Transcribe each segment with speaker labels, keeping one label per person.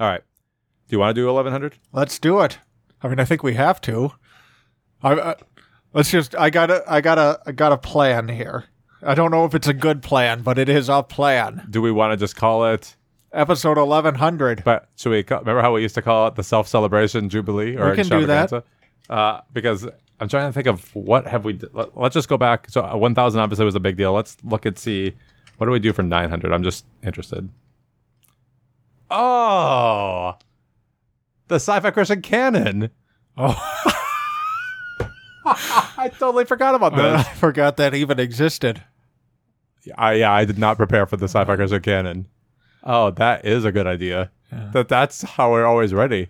Speaker 1: All right. Do you want to do 1100?
Speaker 2: Let's do it. I mean, I think we have to. I, I let's just. I got to I got to I got a plan here. I don't know if it's a good plan, but it is a plan.
Speaker 1: Do we want to just call it?
Speaker 2: Episode eleven hundred. Uh,
Speaker 1: But should we call, remember how we used to call it the self celebration jubilee or
Speaker 2: We can do that.
Speaker 1: extravaganza? Uh, because I'm trying to think of what have we. d- Let, let's just go back. So uh, 1,000 obviously was a big deal. Let's look and see what do we do for 900. I'm just interested. Oh, the sci-fi Christian canon.
Speaker 2: Oh,
Speaker 1: I totally forgot about
Speaker 2: I
Speaker 1: this.
Speaker 2: forgot that even existed.
Speaker 1: I yeah, I did not prepare for the
Speaker 2: Uh-huh.
Speaker 1: sci-fi Christian canon. Oh, that is a good idea. That that's how we're always ready.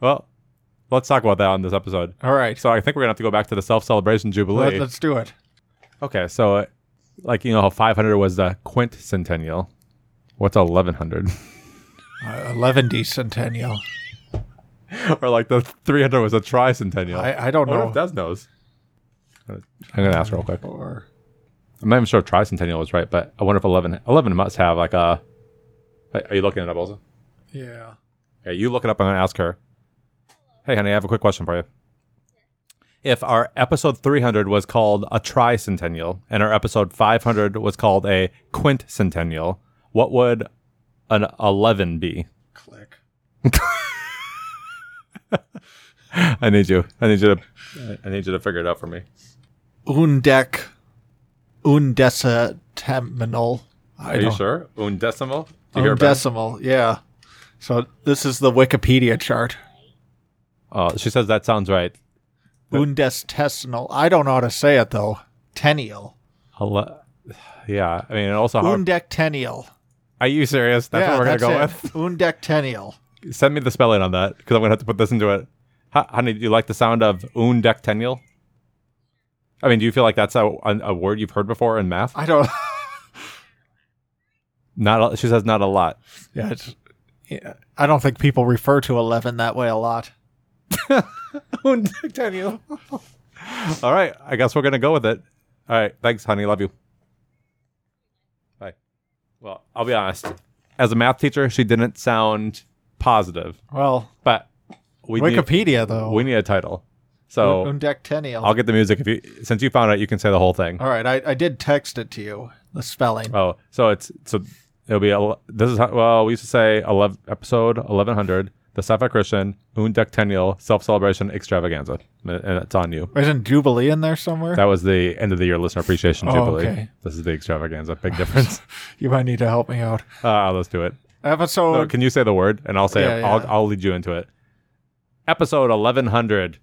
Speaker 1: Well, let's talk about that on this episode.
Speaker 2: All right,
Speaker 1: So I think we're gonna have to go back to the self celebration
Speaker 2: let,
Speaker 1: jubilee.
Speaker 2: us do it.
Speaker 1: okay, so uh, like you know how 500 was the quintcentennial. What's 1100?
Speaker 2: Eleven decentennial.
Speaker 1: or like the 300 was a tricentennial.
Speaker 2: I, I don't
Speaker 1: I wonder
Speaker 2: know.
Speaker 1: if Des knows. I'm gonna ask real quick.
Speaker 2: or
Speaker 1: I'm not even sure if tricentennial was right, but I wonder if 11 11 must have like a. Are you looking it up also?
Speaker 2: yeah.
Speaker 1: Okay, you look it up. I'm gonna ask her. Hey, honey, I have a quick question for you. If our episode 300 was called a tricentennial and our episode 500 was called a quintcentennial, what would an 11 be?
Speaker 2: Click.
Speaker 1: I need you. I need you to. I need you to figure it out for me.
Speaker 2: Undec. Undecitaminal. I
Speaker 1: Are you
Speaker 2: don't-
Speaker 1: sure? Undecimal. Do you hear about? it?
Speaker 2: Undecimal. Yeah. So this is the Wikipedia chart.
Speaker 1: Oh, she says that sounds right.
Speaker 2: Undecitestinal. I don't know how to say it though. Tenial.
Speaker 1: Ele- yeah. I mean, and also, how,
Speaker 2: Undectennial.
Speaker 1: are you serious? Uh, That's
Speaker 2: yeah,
Speaker 1: what we're gonna
Speaker 2: that's
Speaker 1: go with.
Speaker 2: it. Undectennial.
Speaker 1: send me the spelling on that because I'm gonna have to put this into it. Ho- honey, do you like the sound of undectennial? I mean, do you feel like that's a, a, a word you've heard before in math?
Speaker 2: I don't.
Speaker 1: Not, a, she says, not a lot.
Speaker 2: yeah, it's, yeah. I don't think people refer to eleven that way a lot.
Speaker 1: Undectennial. All right, I guess we're gonna go with it. All right, thanks, honey. Love you. Bye. Well, I'll be honest. As a math teacher, she didn't sound positive,
Speaker 2: Well,
Speaker 1: but we need,
Speaker 2: Wikipedia though.
Speaker 1: we need a title. So
Speaker 2: Undectennial.
Speaker 1: I'll get the music if you since you found out you can say the whole thing.
Speaker 2: All right, I, I did text it to you. The spelling.
Speaker 1: Oh, so it's so it'll be a, this is how, well we used to say 11, episode eleven hundred the Sapphire Christian Undectennial Self Celebration Extravaganza, and it's on you.
Speaker 2: Isn't Jubilee in there somewhere?
Speaker 1: That was the end of the year listener appreciation
Speaker 2: Oh,
Speaker 1: jubilee.
Speaker 2: okay.
Speaker 1: This is the extravaganza. Big difference.
Speaker 2: you might need to help me out.
Speaker 1: uh, let's do it.
Speaker 2: Episode.
Speaker 1: So can you say the word and I'll say
Speaker 2: Yeah,
Speaker 1: it.
Speaker 2: yeah.
Speaker 1: I'll I'll lead you into it. Episode eleven hundred,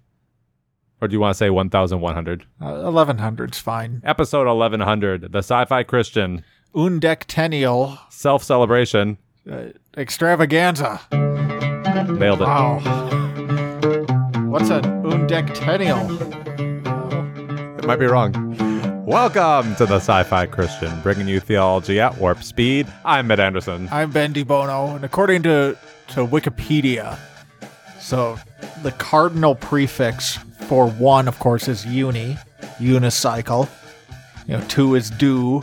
Speaker 1: or do you want to say one thousand one hundred?
Speaker 2: uh, Eleven hundred's fine.
Speaker 1: Episode eleven hundred, the Sci-Fi Christian
Speaker 2: Undectennial
Speaker 1: Self Celebration.
Speaker 2: extravaganza.
Speaker 1: Nailed it.
Speaker 2: Wow. What's an undectennial?
Speaker 1: It might be wrong. Welcome to the Sci Fi Christian, bringing you theology at warp speed. I'm Matt Anderson.
Speaker 2: I'm Ben DiBono, and according to, to Wikipedia, so the cardinal prefix for one, of course, is uni, unicycle. You know, two is do,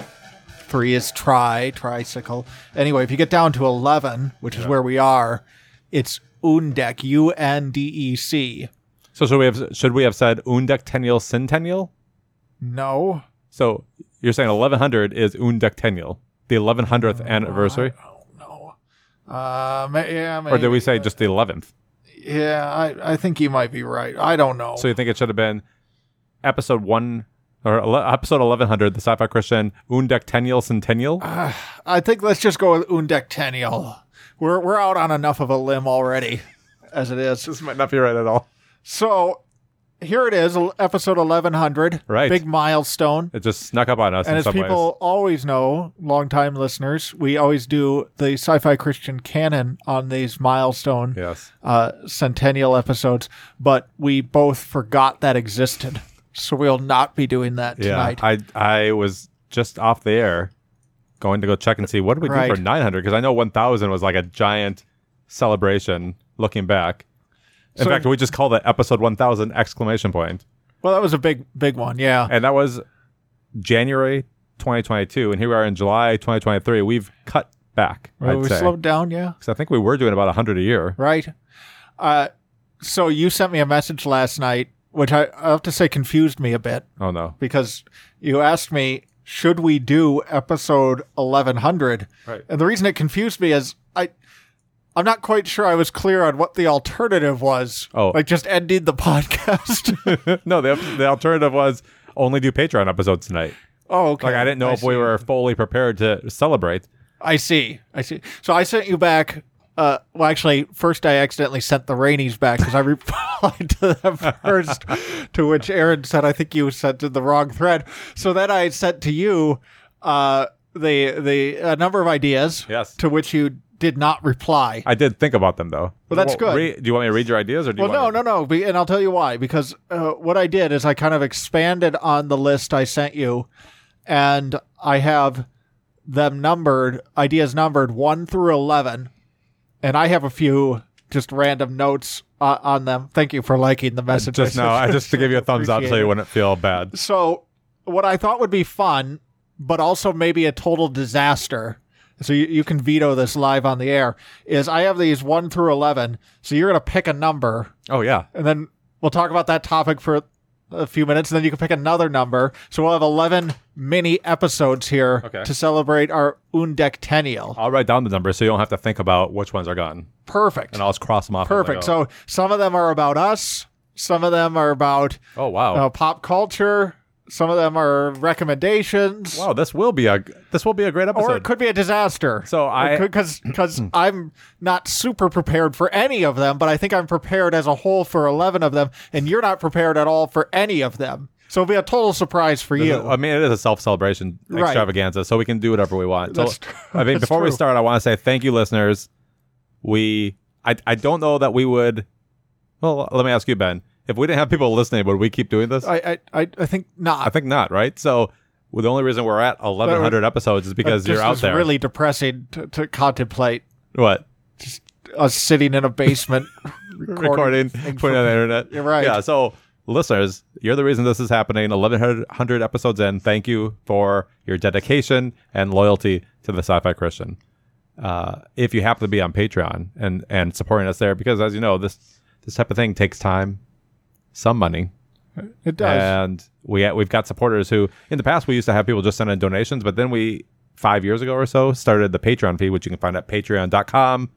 Speaker 2: three is try, tricycle. Anyway, if you get down to 11, which is where we are, it's undec, U N D E C.
Speaker 1: So should we have should we have said undectennial centennial?
Speaker 2: No.
Speaker 1: So you're saying 1100 is undectennial, the 1100th anniversary,
Speaker 2: No. Uh, ma- yeah,
Speaker 1: or did
Speaker 2: maybe.
Speaker 1: we say just the 11th?
Speaker 2: Yeah, I, I think you might be right. I don't know.
Speaker 1: So you think it should have been episode one or ele- episode 1100, the Sci Fi Christian undectennial centennial?
Speaker 2: I think let's just go with undectennial. We're we're out on enough of a limb already, as it is.
Speaker 1: this might not be right at all.
Speaker 2: So here it is, l- episode eleven hundred.
Speaker 1: Right.
Speaker 2: big milestone.
Speaker 1: It just snuck up on us
Speaker 2: And
Speaker 1: in
Speaker 2: as
Speaker 1: some
Speaker 2: people
Speaker 1: ways.
Speaker 2: always know, longtime listeners, we always do the sci-fi Christian canon on these milestone
Speaker 1: Yes.
Speaker 2: uh, centennial episodes, but we both forgot that existed. So we'll not be doing that tonight.
Speaker 1: I I was just off the air, going to go check and see what did we do
Speaker 2: Right.
Speaker 1: for 900 because I know 1,000 was like a giant celebration. Looking back, in
Speaker 2: So-
Speaker 1: fact, we just called it episode 1,000 exclamation point,
Speaker 2: well, that was a big, big one. Yeah.
Speaker 1: and that was January 2022, and here we are in July 2023. We've cut back.
Speaker 2: Well,
Speaker 1: I'd
Speaker 2: we
Speaker 1: say.
Speaker 2: slowed down, yeah.
Speaker 1: 'Cause I think we were doing about 100 a year.
Speaker 2: Right. Uh, so you sent me a message last night, which I, I have to say confused me a bit
Speaker 1: Oh, no.
Speaker 2: because you asked me, should we do episode 1100?
Speaker 1: Right.
Speaker 2: And the reason it confused me is I. I'm not quite sure I was clear on what the alternative was.
Speaker 1: Oh.
Speaker 2: Like just ending the podcast.
Speaker 1: no, the, the alternative was only do Patreon episodes tonight.
Speaker 2: oh, okay.
Speaker 1: Like, I didn't know if we
Speaker 2: see.
Speaker 1: were fully prepared to celebrate.
Speaker 2: I see. I see. So I sent you back. Uh, well, actually, first I accidentally sent the Rainies back because I replied to them first, to which Aaron said, "I think you sent to the wrong thread." So then I sent to you uh, the the a number of ideas,
Speaker 1: Yes.
Speaker 2: to which you did not reply.
Speaker 1: I did think about them, though.
Speaker 2: Well, that's good.
Speaker 1: re- do you want me to read your ideas or do you
Speaker 2: well, no,
Speaker 1: want
Speaker 2: no, no, be- and I'll tell you why. Because uh, what I did is I kind of expanded on the list I sent you, and I have them numbered, ideas numbered one through eleven, and I have a few just random notes uh, on them. Thank you for liking the message.
Speaker 1: Just
Speaker 2: I
Speaker 1: no, I
Speaker 2: sent
Speaker 1: just to give you a thumbs up so
Speaker 2: Appreciate
Speaker 1: you
Speaker 2: it.
Speaker 1: wouldn't feel bad.
Speaker 2: So, what I thought would be fun, but also maybe a total disaster. So you, you can veto this live on the air. Is I have these one through eleven. So you're gonna pick a number
Speaker 1: Oh yeah,
Speaker 2: and then we'll talk about that topic for a few minutes, and then you can pick another number. So we'll have eleven mini episodes here
Speaker 1: Okay.
Speaker 2: to celebrate our undectennial.
Speaker 1: I'll write down the numbers so you don't have to think about which ones are gone,
Speaker 2: Perfect,
Speaker 1: and I'll just cross them off. as I
Speaker 2: perfect.
Speaker 1: go.
Speaker 2: So some of them are about us, some of them are about
Speaker 1: oh wow,
Speaker 2: uh, pop culture, some of them are recommendations,
Speaker 1: wow, this will be a this will be a great
Speaker 2: or it
Speaker 1: episode.
Speaker 2: could be a disaster.
Speaker 1: so I
Speaker 2: because because I'm not super prepared for any of them, but I think I'm prepared as a whole for eleven of them, and you're not prepared at all for any of them. So it'll be a total surprise for you.
Speaker 1: I mean, it is a self celebration
Speaker 2: Right.
Speaker 1: extravaganza, so we can do whatever we want. So,
Speaker 2: That's tr-
Speaker 1: I mean,
Speaker 2: that's
Speaker 1: before we
Speaker 2: true.
Speaker 1: start, I want to say thank you, listeners. We, I, I don't know that we would. Well, let me ask you, Ben. If we didn't have people listening, would we keep doing this? I,
Speaker 2: I I I- I think not.
Speaker 1: think not, right? So well, the only reason we're at 1,100 episodes is because
Speaker 2: That
Speaker 1: you're
Speaker 2: just
Speaker 1: out
Speaker 2: is
Speaker 1: there.
Speaker 2: Really depressing to, to contemplate
Speaker 1: what?
Speaker 2: us sitting in a basement
Speaker 1: recording,
Speaker 2: things
Speaker 1: putting it on the internet.
Speaker 2: You're right.
Speaker 1: Yeah. So, listeners, you're the reason this is happening. 1,100 episodes in. Thank you for your dedication and loyalty to the Sci Fi Christian. Uh, if you happen to be on Patreon and, and supporting us there, because as you know, this this type of thing takes time, some money,
Speaker 2: It does.
Speaker 1: and we we've got supporters who in the past we used to have people just send in donations, but then we five years ago or so started the Patreon feed, which you can find at patreon.com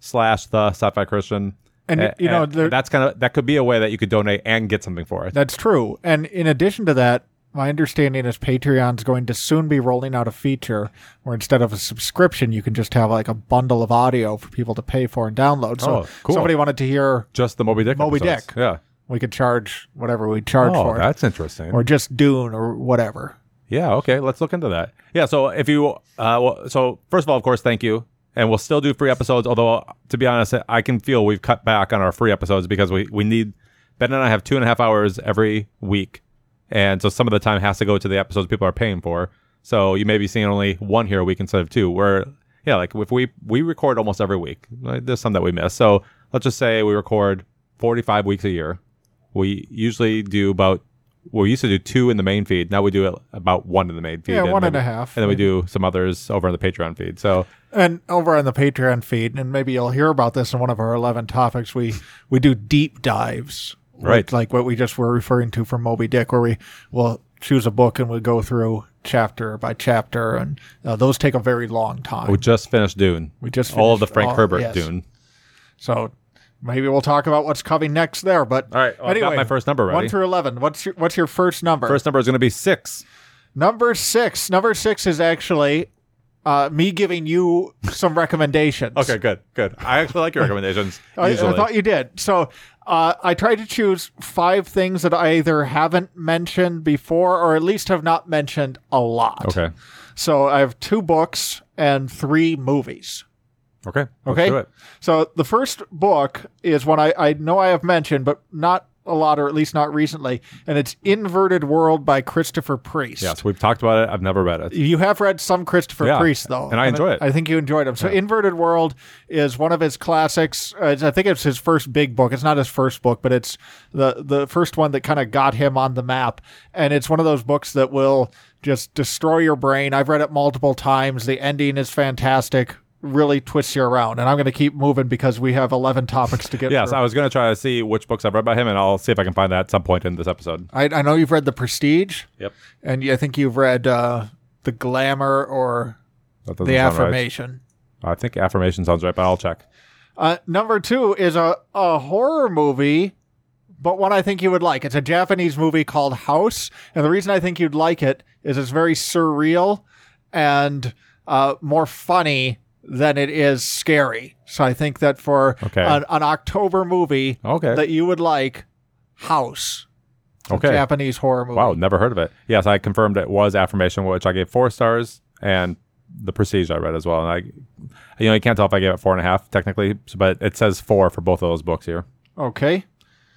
Speaker 1: slash the sci-fi Christian.
Speaker 2: And, you know, there-
Speaker 1: that's kind of that could be a way that you could donate and get something for it.
Speaker 2: That's true. And in addition to that, my understanding is Patreon's going to soon be rolling out a feature where instead of a subscription, you can just have like a bundle of audio for people to pay for and download. So
Speaker 1: Oh, cool.
Speaker 2: somebody wanted to hear,
Speaker 1: Just the Moby Dick.
Speaker 2: Moby
Speaker 1: episodes.
Speaker 2: Dick.
Speaker 1: Yeah.
Speaker 2: we could charge whatever we charge
Speaker 1: Oh,
Speaker 2: for it,
Speaker 1: that's interesting.
Speaker 2: or just Dune or whatever.
Speaker 1: Yeah. Okay. Let's look into that. Yeah. So if you, uh, well, so first of all, of course, thank you. And we'll still do free episodes. Although, to be honest, I can feel we've cut back on our free episodes because we, we need, Ben and I have two and a half hours every week. And so some of the time has to go to the episodes people are paying for. So you may be seeing only one here a week instead of two. Where, yeah, like if we, we record almost every week, Like, there's some that we miss. So let's just say we record 45 weeks a year. We usually do about well, we used to do two in the main feed. Now we do it about one in the main feed.
Speaker 2: Yeah, one and
Speaker 1: then-
Speaker 2: a half.
Speaker 1: And then we do some others over on the Patreon feed. So
Speaker 2: And over on the Patreon feed, and maybe you'll hear about this in one of our eleven topics. We we do deep dives,
Speaker 1: Right.
Speaker 2: Like, like what we just were referring to from Moby Dick, where we will choose a book and we go through chapter by chapter, and uh, those take a very long time.
Speaker 1: we just finished Dune.
Speaker 2: We just
Speaker 1: Oh, all of the
Speaker 2: finished
Speaker 1: Frank
Speaker 2: all-
Speaker 1: Herbert
Speaker 2: yes.
Speaker 1: Dune.
Speaker 2: So maybe we'll talk about what's coming next there. But
Speaker 1: All right, well, I've got my first number ready.
Speaker 2: One through eleven. What's your, what's your first number?
Speaker 1: First number is going to be six.
Speaker 2: number six. Number six is actually uh, me giving you some recommendations.
Speaker 1: Okay, good, good. I actually like your recommendations.
Speaker 2: I, I
Speaker 1: usually.
Speaker 2: thought you did. So uh, I tried to choose five things that I either haven't mentioned before or at least have not mentioned a lot.
Speaker 1: okay,
Speaker 2: So I have two books and three movies.
Speaker 1: okay, Let's
Speaker 2: Okay.
Speaker 1: do it.
Speaker 2: So the first book is one I, I know I have mentioned, but not a lot, or at least not recently, and it's Inverted World by Christopher Priest.
Speaker 1: Yes, we've talked about it. I've never read it.
Speaker 2: You have read some Christopher
Speaker 1: Yeah,
Speaker 2: Priest, though,
Speaker 1: and I enjoy it.
Speaker 2: I think you enjoyed him. So, Inverted World is one of his classics. Uh, it's- I think it's his first big book. It's not his first book, but it's the the first one that kind of got him on the map. And it's one of those books that will Just destroy your brain. I've read it multiple times. The ending is fantastic. Really twists you around. And I'm going to keep moving because we have 11 topics to get
Speaker 1: Yes,
Speaker 2: through.
Speaker 1: I was going to try to see which books I've read by him, and I'll see if I can find that at some point in this episode.
Speaker 2: I, I know you've read The Prestige,
Speaker 1: Yep.
Speaker 2: and I think you've read uh, The Glamour or
Speaker 1: That doesn't
Speaker 2: The
Speaker 1: sound right.
Speaker 2: Affirmation.
Speaker 1: I think affirmation sounds right, but I'll check.
Speaker 2: Uh, number two is a, a horror movie, but one I think you would like. It's a Japanese movie called House, and the reason I think you'd like it is it's very surreal and uh, more funny than it is scary. So I think that for
Speaker 1: Okay.
Speaker 2: an, an October movie
Speaker 1: Okay.
Speaker 2: that you would like, House, a
Speaker 1: Okay.
Speaker 2: Japanese horror movie.
Speaker 1: Wow, never heard of it. Yes, I confirmed it was affirmation, which I gave four stars, and the prestige I read as well. And I, you know, you can't tell if I gave it four and a half technically, but it says four for both of those books here.
Speaker 2: Okay.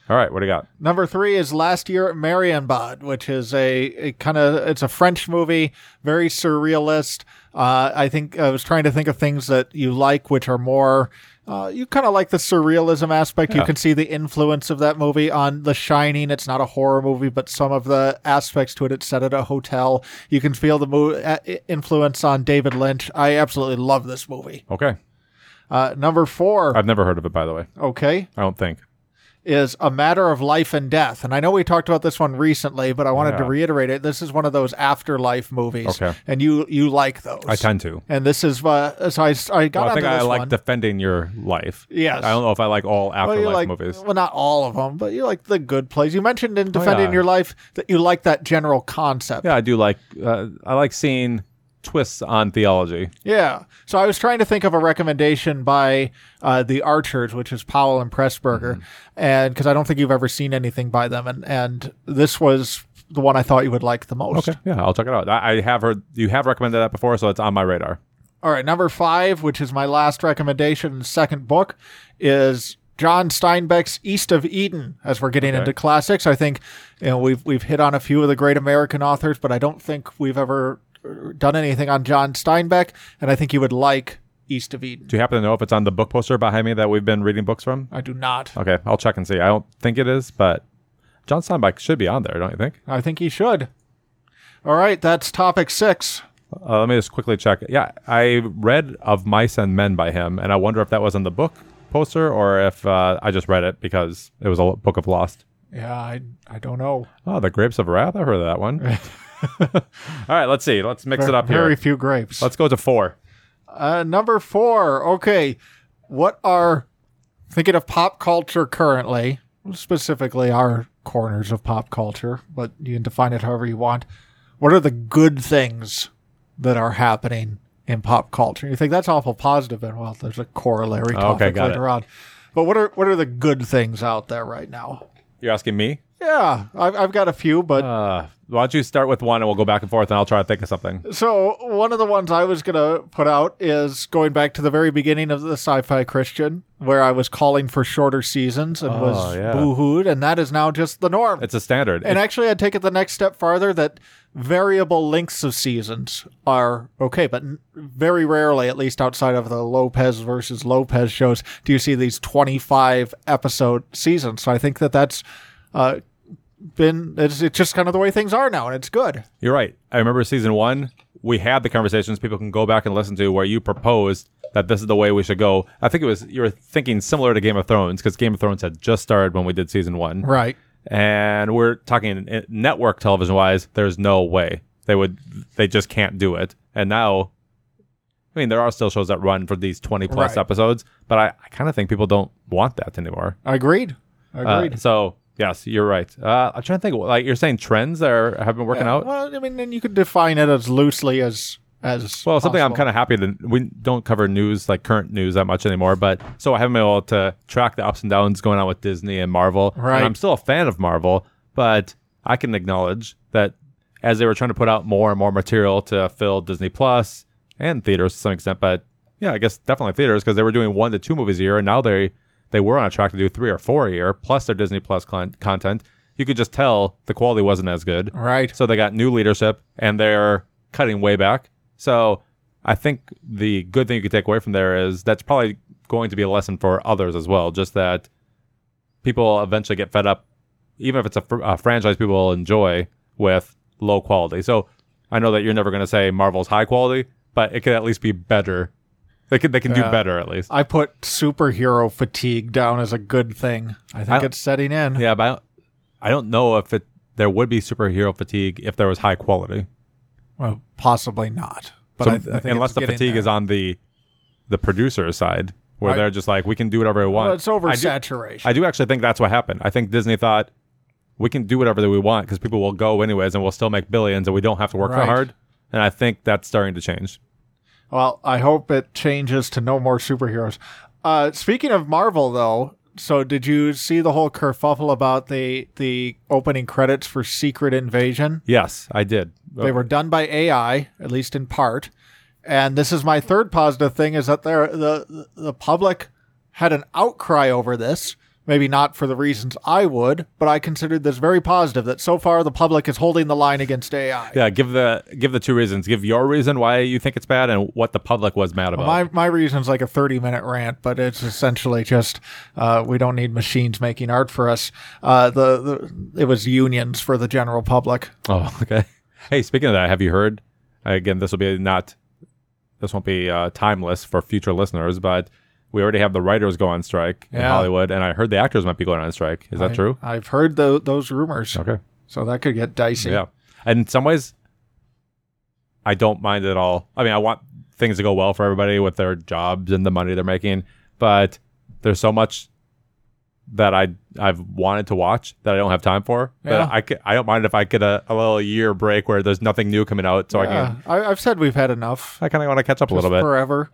Speaker 1: All right, what do you got?
Speaker 2: Number three is Last Year at Marienbad, which is a, kind of it's a French movie, very surrealist. Uh, I think I was trying to think of things that you like, which are more. Uh, you kind of like the surrealism aspect. You
Speaker 1: Yeah.
Speaker 2: can see the influence of that movie on The Shining. It's not a horror movie, but some of the aspects to it. It's set at a hotel. You can feel the mo- uh, influence on David Lynch. I absolutely love this movie.
Speaker 1: Okay,
Speaker 2: Uh, number four,
Speaker 1: I've never heard of it by the way.
Speaker 2: okay,
Speaker 1: I don't think.
Speaker 2: is a matter of life and death. And I know we talked about this one recently, but I wanted to
Speaker 1: Yeah.
Speaker 2: reiterate it. This is one of those afterlife movies,
Speaker 1: Okay.
Speaker 2: and you you like those.
Speaker 1: I tend to.
Speaker 2: and this is uh, so I, s- I got
Speaker 1: Well, I
Speaker 2: onto
Speaker 1: think I
Speaker 2: this
Speaker 1: like
Speaker 2: one.
Speaker 1: defending your life.
Speaker 2: Yes.
Speaker 1: I don't know if I like all
Speaker 2: Well,
Speaker 1: afterlife
Speaker 2: you like,
Speaker 1: movies. Oh,
Speaker 2: well, not all of them, but you like the good plays. You mentioned in defending
Speaker 1: yeah.
Speaker 2: your life that you like that general concept.
Speaker 1: Yeah, I do like. Uh, I like seeing twists on theology.
Speaker 2: Yeah. So I was trying to think of a recommendation by uh, the Archers, which is Powell and Pressburger,
Speaker 1: Mm-hmm.
Speaker 2: and because I don't think you've ever seen anything by them, and and this was the one I thought you would like the most.
Speaker 1: Okay, yeah, I'll check it out. I, I have heard you have recommended that before, so it's on my radar.
Speaker 2: All right, number five, which is my last recommendation, second book, is John Steinbeck's East of Eden. As we're getting
Speaker 1: Okay.
Speaker 2: into classics, I think you know we've we've hit on a few of the great American authors, but I don't think we've ever uh, done anything on John Steinbeck, and I think you would like East of Eden.
Speaker 1: Do you happen to know if it's on the book poster behind me that we've been reading books from?
Speaker 2: I do not.
Speaker 1: Okay, I'll check and see. I don't think it is, but John Steinbeck should be on there, don't you think?
Speaker 2: I think he should. All right, that's topic six.
Speaker 1: Uh, let me just quickly check. Yeah, I read Of Mice and Men by him, and I wonder if that was on the book poster or if uh, I just read it because it was a l- book of Lost.
Speaker 2: Yeah, I I don't know.
Speaker 1: Oh, The Grapes of Wrath. I heard of that one. All right, let's see. Let's mix it up
Speaker 2: Very
Speaker 1: here.
Speaker 2: few grapes.
Speaker 1: Let's go to four.
Speaker 2: Uh, number four. Okay. What are thinking of pop culture currently, specifically our corners of pop culture, but you can define it however you want. What are the good things that are happening in pop culture? You think that's awful positive, and well, there's a corollary topic
Speaker 1: got
Speaker 2: later on. But what are what are the good things out there right now?
Speaker 1: You're asking me?
Speaker 2: Yeah, I've, I've got a few, but
Speaker 1: Uh, why don't you start with one and we'll go back and forth and I'll try to think of something.
Speaker 2: So one of the ones I was gonna put out is going back to the very beginning of the Sci-Fi Christian, where I was calling for shorter seasons and was
Speaker 1: Oh, yeah.
Speaker 2: boo-hooed, and that is now just the norm.
Speaker 1: It's a standard.
Speaker 2: and actually, I'd take it the next step farther that variable lengths of seasons are okay, but n- very rarely, at least outside of the Lopez versus Lopez shows, do you see these twenty-five episode seasons. So I think that that's. Uh, been it's, it's just kind of the way things are now and it's good
Speaker 1: You're right. I remember season one, we had the conversations people can go back and listen to where you proposed that this is the way we should go. I think it was, you were thinking similar to Game of Thrones because Game of Thrones had just started when we did season one.
Speaker 2: right
Speaker 1: And we're talking uh, network television wise, there's no way. They would, they just can't do it. And now, I mean, there are still shows that run for these 20 plus
Speaker 2: Right.
Speaker 1: episodes, but I, I kind of think people don't want that anymore.
Speaker 2: agreed
Speaker 1: Uh,
Speaker 2: agreed
Speaker 1: so, yes, you're right. Uh, I'm trying to think, like, you're saying trends that are, have been working out?
Speaker 2: Well, I mean, then you could define it as loosely as as
Speaker 1: Well, something I'm
Speaker 2: possible.
Speaker 1: kind of happy that we don't cover news like current news that much anymore. But so I haven't been able to track the ups and downs going on with Disney and Marvel.
Speaker 2: Right.
Speaker 1: And I'm still a fan of Marvel, but I can acknowledge that as they were trying to put out more and more material to fill Disney Plus and theaters to some extent, but yeah, I guess definitely theaters because they were doing one to two movies a year, and now they they were on a track to do three or four a year plus their Disney Plus con- content. You could just tell the quality wasn't as good.
Speaker 2: right.
Speaker 1: So they got new leadership and they're cutting way back. So I think the good thing you could take away from there is that's probably going to be a lesson for others as well. Just that people eventually get fed up, even if it's a, fr- a franchise people will enjoy with low quality. So I know that you're never going to say Marvel's high quality, but it could at least be better. They can they can do
Speaker 2: Yeah.
Speaker 1: better at least.
Speaker 2: I put superhero fatigue down as a good thing. I think
Speaker 1: I-
Speaker 2: it's setting in.
Speaker 1: Yeah, but I don't, I don't know if it there would be superhero fatigue if there was high quality.
Speaker 2: Well, possibly not. But
Speaker 1: So
Speaker 2: I, I think
Speaker 1: unless
Speaker 2: it's
Speaker 1: the
Speaker 2: getting
Speaker 1: fatigue
Speaker 2: there.
Speaker 1: is on the the producer side, where
Speaker 2: I-
Speaker 1: they're just like, we can do whatever we want.
Speaker 2: well, it's
Speaker 1: I do,
Speaker 2: oversaturation.
Speaker 1: I do actually think that's what happened. I think Disney thought we can do whatever that we want because people will go anyways, and we'll still make billions, and we don't have to work that
Speaker 2: Right.
Speaker 1: hard. And I think that's starting to change.
Speaker 2: well, I hope it changes to no more superheroes. Uh, speaking of Marvel, though, so did you see the whole kerfuffle about the the opening credits for Secret Invasion?
Speaker 1: Yes, I did.
Speaker 2: They were done by AI, at least in part. And this is my third positive thing: is that there the the public had an outcry over this. Maybe not for the reasons I would, but I considered this very positive. That so far the public is holding the line against AI.
Speaker 1: Yeah, give the give the two reasons. Give your reason why you think it's bad and what the public was mad about.
Speaker 2: My my reason's like a thirty minute rant, but it's essentially just uh, we don't need machines making art for us. Uh, the, the it was unions for the general public.
Speaker 1: oh, okay. Hey, speaking of that, have you heard? Again, this will be not this won't be uh, timeless for future listeners, but we already have the writers go on strike in
Speaker 2: Yeah.
Speaker 1: Hollywood, and I heard the actors might be going on strike. Is that
Speaker 2: I-
Speaker 1: true?
Speaker 2: I've heard tho- those rumors,
Speaker 1: Okay.
Speaker 2: so that could get dicey.
Speaker 1: Yeah. And in some ways, I don't mind at all. I mean, I want things to go well for everybody with their jobs and the money they're making, but there's so much that I I've wanted to watch that I don't have time for.
Speaker 2: Yeah.
Speaker 1: But I c- I don't mind if I get a, a little year break where there's nothing new coming out, so I
Speaker 2: Yeah,
Speaker 1: can
Speaker 2: Uh, I, I've said we've had enough.
Speaker 1: I kind of want to catch up a little
Speaker 2: Just
Speaker 1: bit.
Speaker 2: forever.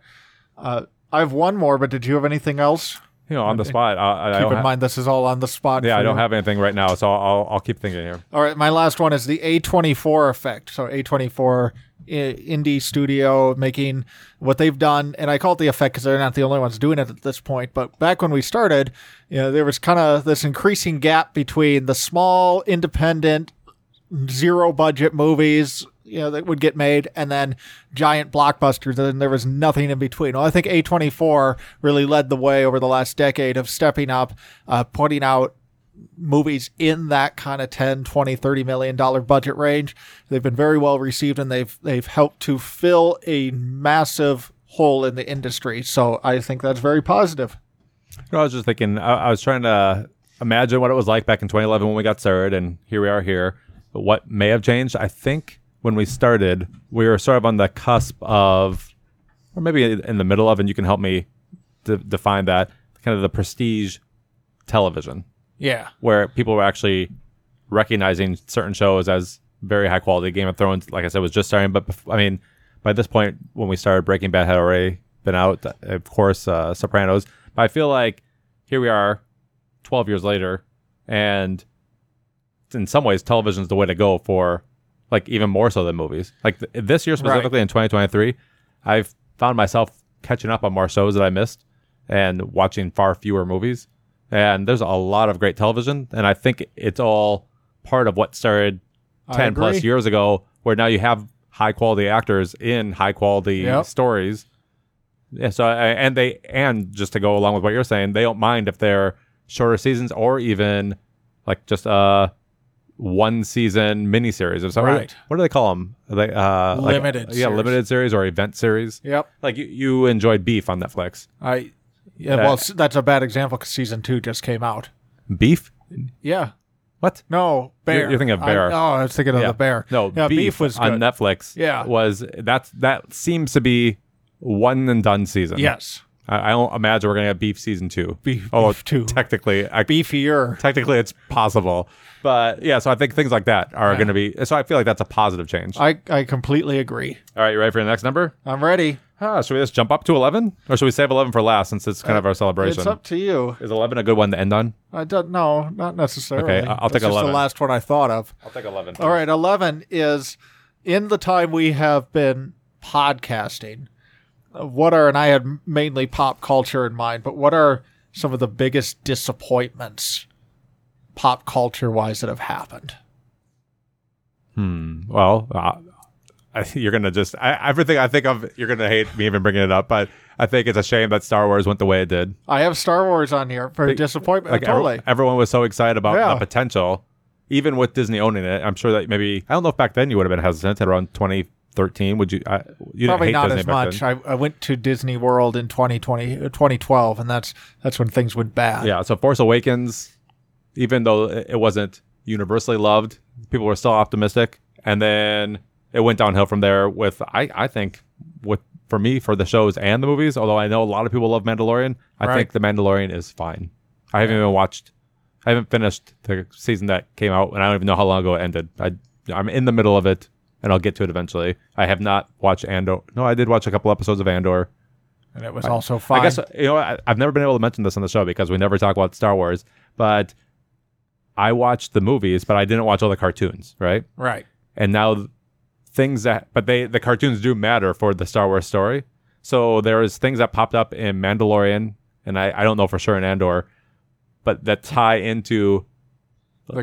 Speaker 2: Uh, I have one more, but did you have anything else?
Speaker 1: you know, on the spot. I, I
Speaker 2: Keep
Speaker 1: don't
Speaker 2: in
Speaker 1: ha-
Speaker 2: mind, this is all on the spot.
Speaker 1: yeah,
Speaker 2: for
Speaker 1: I don't
Speaker 2: you.
Speaker 1: have anything right now, so I'll I'll keep thinking here.
Speaker 2: All right, my last one is the A24 effect. So A24 i- indie studio making what they've done, and I call it the effect because they're not the only ones doing it at this point. But back when we started, you know, there was kind of this increasing gap between the small independent zero budget movies you know that would get made and then giant blockbusters and there was nothing in between well i think a24 really led the way over the last decade of stepping up uh, putting out movies in that kind of 10 20 30 million dollar budget range they've been very well received and they've they've helped to fill a massive hole in the industry so i think that's very positive
Speaker 1: No, I was just thinking. I, I was trying to imagine what it was like back in 2011 when we got started, and here we are here. But what may have changed? I think when we started, we were sort of on the cusp of, or maybe in the middle of, and you can help me de- define that kind of the prestige television,
Speaker 2: yeah
Speaker 1: where people were actually recognizing certain shows as very high quality. Game of Thrones, like I said, was just starting, but bef- I mean, by this point, when we started, Breaking Bad had already been out. Of course, uh, Sopranos. But I feel like here we are, twelve years later, and in some ways, television's the way to go for, like even more so than movies. Like th- this year specifically in 2023, I've found myself catching up on more shows that I missed and watching far fewer movies. And there's a lot of great television, and I think it's all part of what started
Speaker 2: I
Speaker 1: 10 plus
Speaker 2: agree.
Speaker 1: years ago where now you have high quality actors in high quality
Speaker 2: Yep.
Speaker 1: stories yeah, so I- and they and just to go along with what you're saying they don't mind if they're shorter seasons or even like just uh one season miniseries or something
Speaker 2: Right.
Speaker 1: what do they call them they, uh, like-
Speaker 2: Limited
Speaker 1: yeah
Speaker 2: series.
Speaker 1: limited series or event series
Speaker 2: yep
Speaker 1: like you, you enjoyed beef on netflix
Speaker 2: i yeah well s- that's a bad example because season two just came out
Speaker 1: beef
Speaker 2: yeah
Speaker 1: what
Speaker 2: no bear
Speaker 1: you're thinking of Bear.
Speaker 2: I, oh i was thinking of
Speaker 1: Yeah.
Speaker 2: the bear
Speaker 1: No,
Speaker 2: yeah,
Speaker 1: beef,
Speaker 2: beef, was good.
Speaker 1: on Netflix.
Speaker 2: Yeah.
Speaker 1: was that's that seems to be one and done season.
Speaker 2: yes
Speaker 1: I, I don't imagine we're gonna have beef season two.
Speaker 2: Beef-
Speaker 1: oh,
Speaker 2: beef two.
Speaker 1: Technically, I,
Speaker 2: beefier
Speaker 1: technically it's possible, but yeah. So I think things like that are gonna be. So I feel like that's a positive change.
Speaker 2: i i completely agree
Speaker 1: All right, you ready for the next number?
Speaker 2: i'm ready
Speaker 1: Ah, should we just jump up to eleven, or should we save eleven for last since it's kind of our celebration?
Speaker 2: Uh, it's up to you
Speaker 1: Is eleven a good one to end on?
Speaker 2: i don't Uh, no not necessarily
Speaker 1: Okay, I- I'll take
Speaker 2: That's just
Speaker 1: 11.
Speaker 2: the last one i thought of
Speaker 1: I'll take eleven.
Speaker 2: All right, 11 is in the time we have been podcasting. uh, What are, and I had mainly pop culture in mind, but what are some of the biggest disappointments pop culture wise that have happened?
Speaker 1: Well, uh, I, you're gonna just I, everything I think of. You're gonna hate me even bringing it up, but I think it's a shame that Star Wars went the way it did.
Speaker 2: I have Star Wars on here for disappointment.
Speaker 1: Like
Speaker 2: Oh, totally.
Speaker 1: every- everyone was so excited about
Speaker 2: Yeah.
Speaker 1: the potential, even with Disney owning it, I'm sure that maybe I don't know if back then you would have been hesitant at around 2013. Would you? I, you didn't
Speaker 2: Probably
Speaker 1: hate
Speaker 2: not
Speaker 1: Disney
Speaker 2: as
Speaker 1: back
Speaker 2: much.
Speaker 1: Then.
Speaker 2: I, I went to Disney World in 2020, uh, 2012, and that's that's when things went bad.
Speaker 1: Yeah. So Force Awakens, even though it it wasn't universally loved, people were still optimistic, and then it went downhill from there. With I, I think with for me for the shows and the movies, although I know a lot of people love Mandalorian, I
Speaker 2: Right.
Speaker 1: think the Mandalorian is fine. I haven't even watched. I haven't finished the season that came out, and I don't even know how long ago it ended. I, I'm in the middle of it, and I'll get to it eventually. I have not watched Andor. No, I did watch a couple episodes of Andor.
Speaker 2: and it was also fine.
Speaker 1: I guess uh, you know I, I've never been able to mention this on the show because we never talk about Star Wars, but I watched the movies, but I didn't watch all the cartoons, right?
Speaker 2: right.
Speaker 1: And now th- things that but they the cartoons do matter for the Star Wars story. So there is things that popped up in Mandalorian, and I, I don't know for sure in Andor, but that tie into
Speaker 2: The,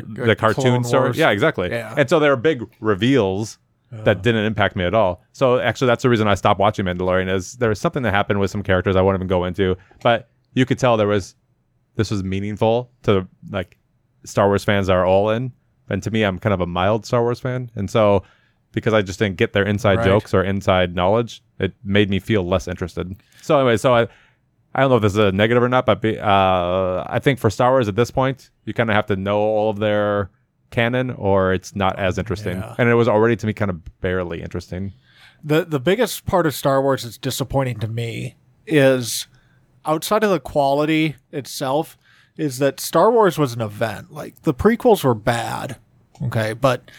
Speaker 1: the,
Speaker 2: uh, Clone
Speaker 1: cartoon story.
Speaker 2: Wars.
Speaker 1: Yeah, exactly.
Speaker 2: Yeah.
Speaker 1: And so there are big reveals that didn't impact me at all. So actually, that's the reason I stopped watching Mandalorian. Is there was something that happened with some characters I won't even go into, but you could tell there was this was meaningful to like Star Wars fans are all in, and to me, I'm kind of a mild Star Wars fan, and so because I just didn't get their inside
Speaker 2: Right.
Speaker 1: jokes or inside knowledge, it made me feel less interested. So anyway, so I. I don't know if this is a negative or not, but be, uh, I think for Star Wars at this point, you kind of have to know all of their canon, or it's not as interesting.
Speaker 2: Yeah.
Speaker 1: And it was already to me kind of barely interesting.
Speaker 2: the the biggest part of Star Wars that's disappointing to me is outside of the quality itself is that Star Wars was an event. Like the prequels were bad, okay, but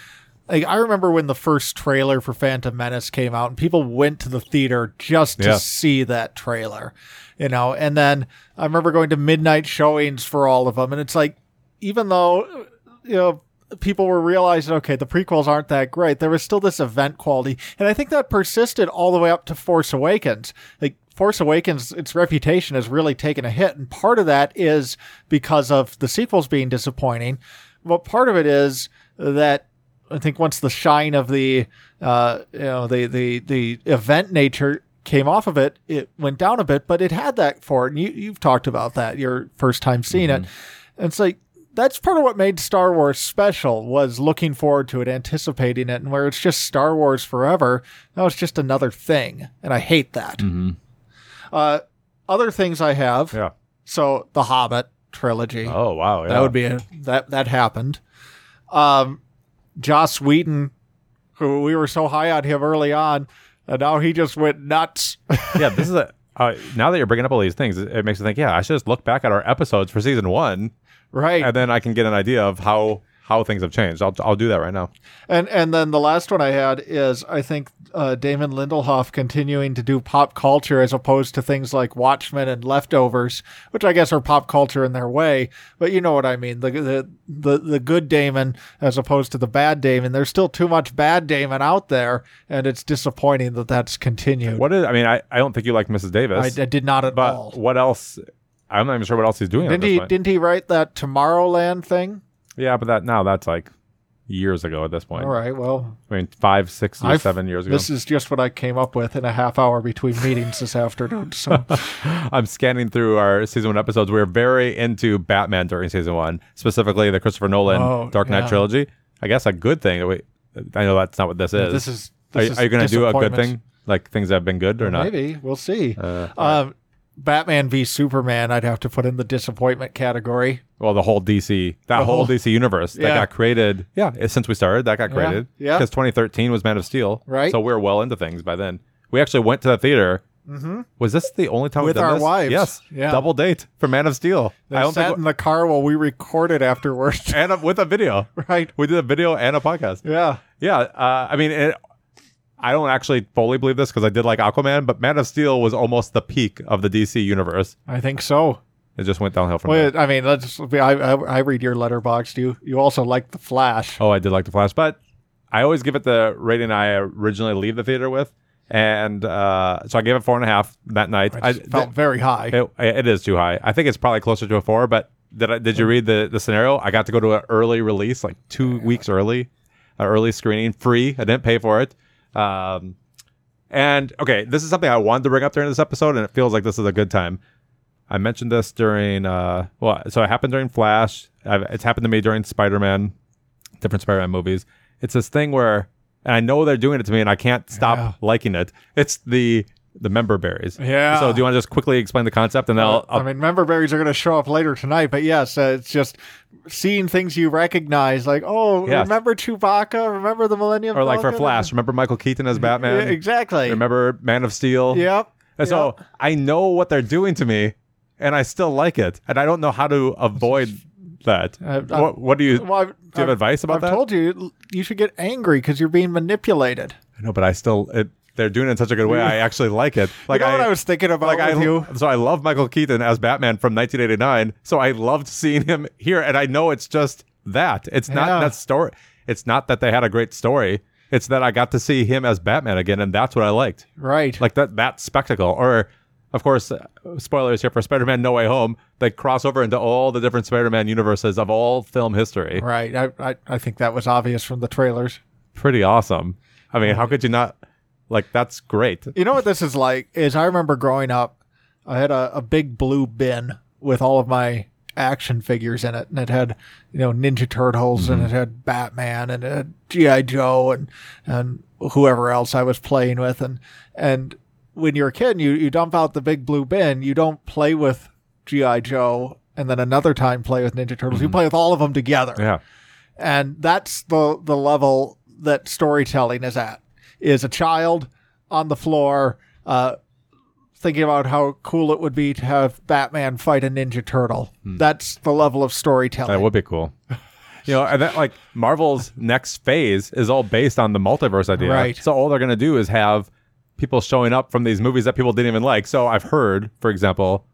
Speaker 2: like I remember when the first trailer for Phantom Menace came out and people went to the theater just to
Speaker 1: Yeah.
Speaker 2: see that trailer, you know. And then I remember going to midnight showings for all of them and it's like even though you know people were realizing okay the prequels aren't that great there was still this event quality and i think that persisted all the way up to force awakens like force awakens its reputation has really taken a hit and part of that is because of the sequels being disappointing but part of it is that i think once the shine of the uh you know the the the event nature came off of it it went down a bit but it had that for it and you, you've talked about that your first time seeing it
Speaker 1: Mm-hmm.
Speaker 2: and it's like that's part of what made Star Wars special was looking forward to it, anticipating it, and where it's just Star Wars forever. Now it's just another thing, and I hate that. Uh, other things I have.
Speaker 1: Mm-hmm. Yeah.
Speaker 2: So the Hobbit trilogy.
Speaker 1: Oh wow. Yeah.
Speaker 2: That would be a, that that happened. Um, Joss Whedon, who we were so high on him early on, and now he just went nuts.
Speaker 1: yeah. This is a. Uh, now that you're bringing up all these things, it, it makes me think. Yeah, I should just look back at our episodes for season one,
Speaker 2: right.
Speaker 1: and then I can get an idea of how how things have changed. I'll I'll do that right now.
Speaker 2: And and then the last one I had is I think uh, Damon Lindelhoff continuing to do pop culture as opposed to things like Watchmen and Leftovers, which I guess are pop culture in their way. But you know what I mean the the the, the good Damon as opposed to the bad Damon. There's still too much bad Damon out there, and it's disappointing that that's continued.
Speaker 1: What is? I mean, I, I don't think you like Mrs.
Speaker 2: I,
Speaker 1: Davis,
Speaker 2: I did not at
Speaker 1: but
Speaker 2: all.
Speaker 1: what else? I'm not even sure what else he's doing. at
Speaker 2: Didn't
Speaker 1: this
Speaker 2: he?
Speaker 1: point.
Speaker 2: Didn't he write that Tomorrowland thing?
Speaker 1: Yeah, but that now that's like years ago at this point.
Speaker 2: All right. Well,
Speaker 1: I mean, five, six, or
Speaker 2: I've-
Speaker 1: seven years ago.
Speaker 2: this is just what I came up with in a half hour between meetings this afternoon. So.
Speaker 1: I'm scanning through our season one episodes. We were very into Batman during season one, specifically the Christopher Nolan
Speaker 2: Oh,
Speaker 1: Dark Knight
Speaker 2: yeah.
Speaker 1: trilogy. I guess a good thing. that we I know that's not what this is.
Speaker 2: This is.
Speaker 1: are,
Speaker 2: This
Speaker 1: you- are you going to do a good
Speaker 2: disappointments.
Speaker 1: thing? Like things that have been good or not?
Speaker 2: Maybe we'll see.
Speaker 1: Uh,
Speaker 2: um, Batman v Superman. I'd have to put in the disappointment category.
Speaker 1: Well, the whole DC, that
Speaker 2: The
Speaker 1: whole,
Speaker 2: whole-
Speaker 1: DC universe that
Speaker 2: Yeah.
Speaker 1: got created. Yeah, eh, since we started, that got
Speaker 2: Yeah,
Speaker 1: created.
Speaker 2: yeah.
Speaker 1: Because 2013 was Man of Steel.
Speaker 2: Right.
Speaker 1: So we are well into things by then. We actually went to the theater.
Speaker 2: Mm-hmm.
Speaker 1: Was this the only time
Speaker 2: With
Speaker 1: we've done
Speaker 2: our
Speaker 1: this?
Speaker 2: wives.
Speaker 1: Yes.
Speaker 2: Yeah.
Speaker 1: Double date for Man of Steel.
Speaker 2: I sat in the car while we recorded afterwards.
Speaker 1: and a, with a video.
Speaker 2: right.
Speaker 1: We did a video and a podcast.
Speaker 2: Yeah.
Speaker 1: Yeah, uh, I mean, it, I don't actually fully believe this because I did like Aquaman, but Man of Steel was almost the peak of the DC universe.
Speaker 2: I think so.
Speaker 1: It just went downhill from there.
Speaker 2: Wait, I mean, let's. be- I, I I read your letterbox. You you also like the Flash.
Speaker 1: Oh, I did like the Flash, but I always give it the rating I originally leave the theater with, and uh, so I gave it four and a half that night.
Speaker 2: I
Speaker 1: I,
Speaker 2: just felt very high.
Speaker 1: it, it is too high. I think it's probably closer to a four. But did I, did you read the the scenario? I got to go to an early release, like two weeks early, an early screening, free. I didn't pay for it. Um, and okay, this is something I wanted to bring up during this episode, and it feels like this is a good time. I mentioned this during uh, well, so it happened during Flash. I've, it's happened to me during Spider Man. different Spider-Man movies. It's this thing where, and I know they're doing it to me, and I can't stop
Speaker 2: Yeah.
Speaker 1: liking it. It's the the member berries.
Speaker 2: Yeah.
Speaker 1: So do you want to just quickly explain the concept, and then I'll,
Speaker 2: I
Speaker 1: I'll
Speaker 2: mean, member berries are going to show up later tonight, but yes, uh, it's just seeing things you recognize, like oh,
Speaker 1: Yes.
Speaker 2: remember Chewbacca? Remember the Millennium?
Speaker 1: or like for
Speaker 2: Falcon?
Speaker 1: Flash, remember Michael Keaton as Batman?
Speaker 2: Yeah, exactly.
Speaker 1: Remember Man of Steel?
Speaker 2: Yep.
Speaker 1: And so I know what they're doing to me, and I still like it, and I don't know how to avoid that.
Speaker 2: Uh, uh,
Speaker 1: what, what do you?
Speaker 2: Well, I've,
Speaker 1: do you have
Speaker 2: I've-
Speaker 1: advice about
Speaker 2: I've
Speaker 1: that?
Speaker 2: told you you should get angry because you're being manipulated.
Speaker 1: I know, but I still it, they're doing it in such a good way. I actually like it. Like
Speaker 2: you know
Speaker 1: I,
Speaker 2: what I was thinking about
Speaker 1: like I
Speaker 2: with you?
Speaker 1: so I love Michael Keaton as Batman from 1989. So I loved seeing him here, and I know it's just that. It's not
Speaker 2: Yeah.
Speaker 1: that story. It's not that they had a great story. It's that I got to see him as Batman again, and that's what I liked.
Speaker 2: Right.
Speaker 1: like that that spectacle or of course uh, spoilers here for spider-man no way home they cross over into all the different spider-man universes of all film history
Speaker 2: right. I, I I think that was obvious from the trailers.
Speaker 1: pretty awesome i mean how could you not like that's great
Speaker 2: You know what this is like? Is I remember growing up, I had a, a big blue bin with all of my action figures in it, and it had you know Ninja Turtles, and it had Batman, and it had GI Joe, and and whoever else I was playing with, and and when you're a kid, and you you dump out the big blue bin, you don't play with GI Joe, and then another time play with Ninja Turtles. You play with all of them together
Speaker 1: yeah
Speaker 2: and that's the the level that storytelling is at is a child on the floor uh thinking about how cool it would be to have batman fight a ninja turtle that's the level of
Speaker 1: Hmm. that
Speaker 2: storytelling
Speaker 1: would be cool you know and that like marvel's next phase is all based on the multiverse idea
Speaker 2: Right.
Speaker 1: so all they're going to do is have people showing up from these movies that people didn't even like so i've heard for example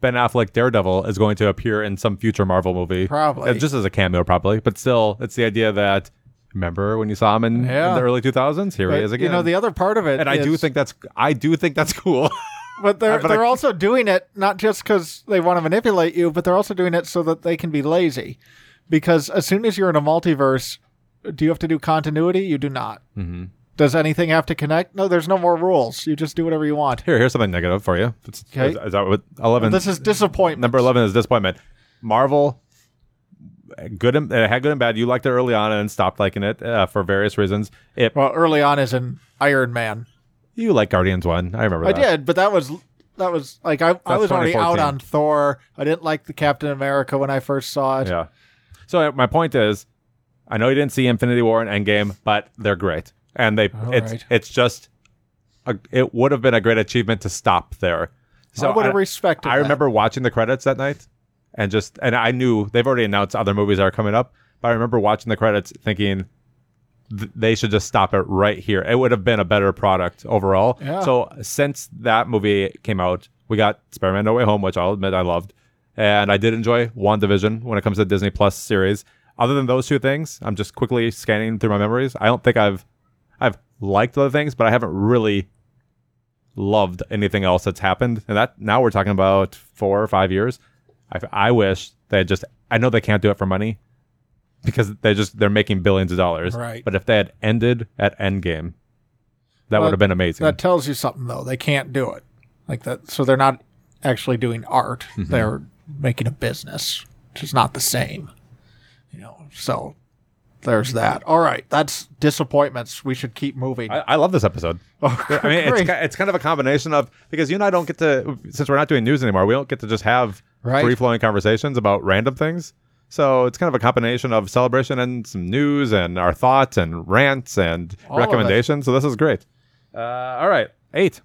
Speaker 1: Ben Affleck Daredevil is going to appear in some future Marvel movie.
Speaker 2: Probably.
Speaker 1: Uh, just as a cameo, probably. But still, it's the idea that remember when you saw him in, in
Speaker 2: Yeah.
Speaker 1: the early 2000s? Here
Speaker 2: But,
Speaker 1: he is again.
Speaker 2: you know the other part of it
Speaker 1: and I do
Speaker 2: is-
Speaker 1: think that's I do think that's cool.
Speaker 2: but they're
Speaker 1: but I-
Speaker 2: they're also doing it not just because they want to manipulate you but they're also doing it so that they can be lazy because as soon as you're in a multiverse do you have to do continuity you do not
Speaker 1: Mhm.
Speaker 2: does anything have to connect no there's no more rules you just do whatever you want
Speaker 1: Here, here's something negative for you. It's,
Speaker 2: Okay.
Speaker 1: is, is that what 11
Speaker 2: This is disappointment.
Speaker 1: number 11 is disappointment. Marvel good and it had good and bad. You liked it early on and stopped liking it uh, for various reasons. It
Speaker 2: Well, early on is in Iron Man.
Speaker 1: you like Guardians 1. I remember
Speaker 2: I
Speaker 1: that.
Speaker 2: did, but that was that was like I, I
Speaker 1: That's
Speaker 2: was already out
Speaker 1: 2014.
Speaker 2: on Thor. I didn't like the Captain America when I first saw it.
Speaker 1: Yeah. So uh, my point is, I know you didn't see Infinity War and Endgame, but they're great, and they it's
Speaker 2: right.
Speaker 1: it's just a, it would have been a great achievement to stop there. So
Speaker 2: I would have
Speaker 1: I,
Speaker 2: respected.
Speaker 1: I
Speaker 2: that.
Speaker 1: remember watching the credits that night, and just and I knew they've already announced other movies that are coming up, but I remember watching the credits thinking. th- They should just stop it right here. It would have been a better product overall.
Speaker 2: Yeah.
Speaker 1: So since that movie came out, we got Spider-Man No Way Home, which I'll admit I loved, and I did enjoy WandaVision when it comes to Disney Plus series. Other than those two things, I'm just quickly scanning through my memories. I don't think I've I've liked other things, but I haven't really loved anything else that's happened. And that now we're talking about four or five years. I, I wish they had just. I know they can't do it for money because they just they're making billions of dollars.
Speaker 2: Right.
Speaker 1: But if they had ended at Endgame, that
Speaker 2: Well,
Speaker 1: would have been amazing.
Speaker 2: that tells you something though. They can't do it like that. So they're not actually doing art.
Speaker 1: Mm-hmm.
Speaker 2: They're making a business, which is not the same. You know, so there's that. All right, that's disappointments. We should keep moving.
Speaker 1: I, I love this episode. I mean, it's,
Speaker 2: Oh, great.
Speaker 1: ki- it's kind of a combination of because you and I don't get to since we're not doing news anymore, we don't get to just have
Speaker 2: Right.
Speaker 1: free flowing conversations about random things. So it's kind of a combination of celebration and some news and our thoughts and rants and
Speaker 2: of it.
Speaker 1: recommendations. So this is great. Uh, all right, eight.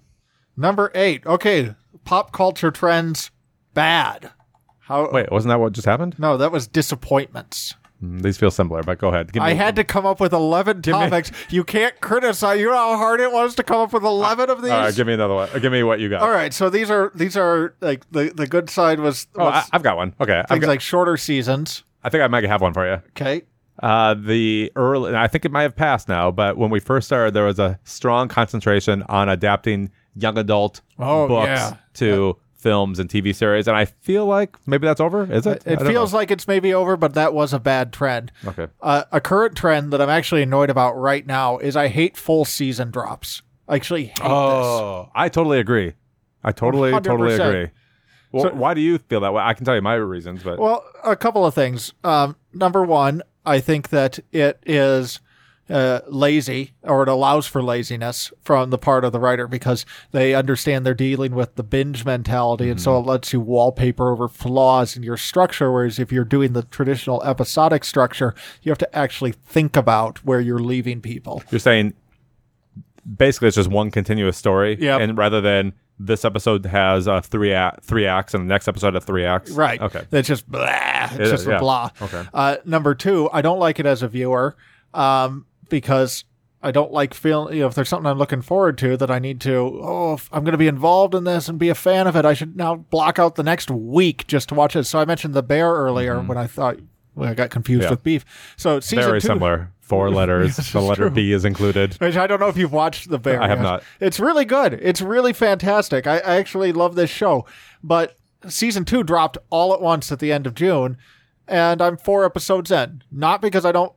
Speaker 2: Number eight. Okay, pop culture trends bad. How?
Speaker 1: Wait, wasn't that what just happened?
Speaker 2: No, that was disappointments.
Speaker 1: Mm, These feel similar, but go ahead. Give me-
Speaker 2: I had to come up with eleven topics. You can't criticize. You know how hard it was to come up with eleven of these.
Speaker 1: All right, give me another one. Give me what you got.
Speaker 2: All right, so these are these are like the the good side was,
Speaker 1: Oh,
Speaker 2: was
Speaker 1: I, I've got one. Okay, I've
Speaker 2: things
Speaker 1: got,
Speaker 2: like shorter seasons.
Speaker 1: I think I might have one for you.
Speaker 2: Okay,
Speaker 1: Uh, the early, and I think it might have passed now, but when we first started, there was a strong concentration on adapting young adult
Speaker 2: Oh,
Speaker 1: books
Speaker 2: yeah.
Speaker 1: to films and TV series, and I feel like maybe that's over. Is it? I
Speaker 2: Uh, it
Speaker 1: don't
Speaker 2: feels
Speaker 1: know.
Speaker 2: like it's maybe over, but that was a bad trend.
Speaker 1: okay.
Speaker 2: Uh, a current trend that I'm actually annoyed about right now is I hate full season drops. I actually hate this.
Speaker 1: Oh, I totally agree. I totally, totally
Speaker 2: 100%.
Speaker 1: agree. Well, why do you feel that way? I can tell you my reasons, but
Speaker 2: Well, a couple of things. Um, number one, I think that it is uh, lazy or it allows for laziness from the part of the writer because they understand they're dealing with the binge mentality. And so it lets you wallpaper over flaws in your structure. Whereas if you're doing the traditional episodic structure, you have to actually think about where you're leaving people.
Speaker 1: You're saying basically it's just one continuous story,
Speaker 2: Yep.
Speaker 1: and rather than this episode has uh, three a- three acts and the next episode has three acts.
Speaker 2: Right.
Speaker 1: Okay.
Speaker 2: That's just blah. It's
Speaker 1: is,
Speaker 2: just
Speaker 1: yeah.
Speaker 2: a blah.
Speaker 1: Okay.
Speaker 2: Uh, number two, I don't like it as a viewer um, because I don't like feeling, you know, if there's something I'm looking forward to that I need to, oh, if I'm going to be involved in this and be a fan of it, I should now block out the next week just to watch it. So I mentioned The Bear earlier when I thought, when I got confused
Speaker 1: Mm-hmm. Yeah.
Speaker 2: with Beef. So season
Speaker 1: Very
Speaker 2: two.
Speaker 1: similar. Four letters. the letter B is included.
Speaker 2: Which I don't know if you've watched The Bear.
Speaker 1: I have
Speaker 2: yet.
Speaker 1: not.
Speaker 2: It's really good. It's really fantastic. I, I actually love this show. But season two dropped all at once at the end of June, and I'm four episodes in. Not because I don't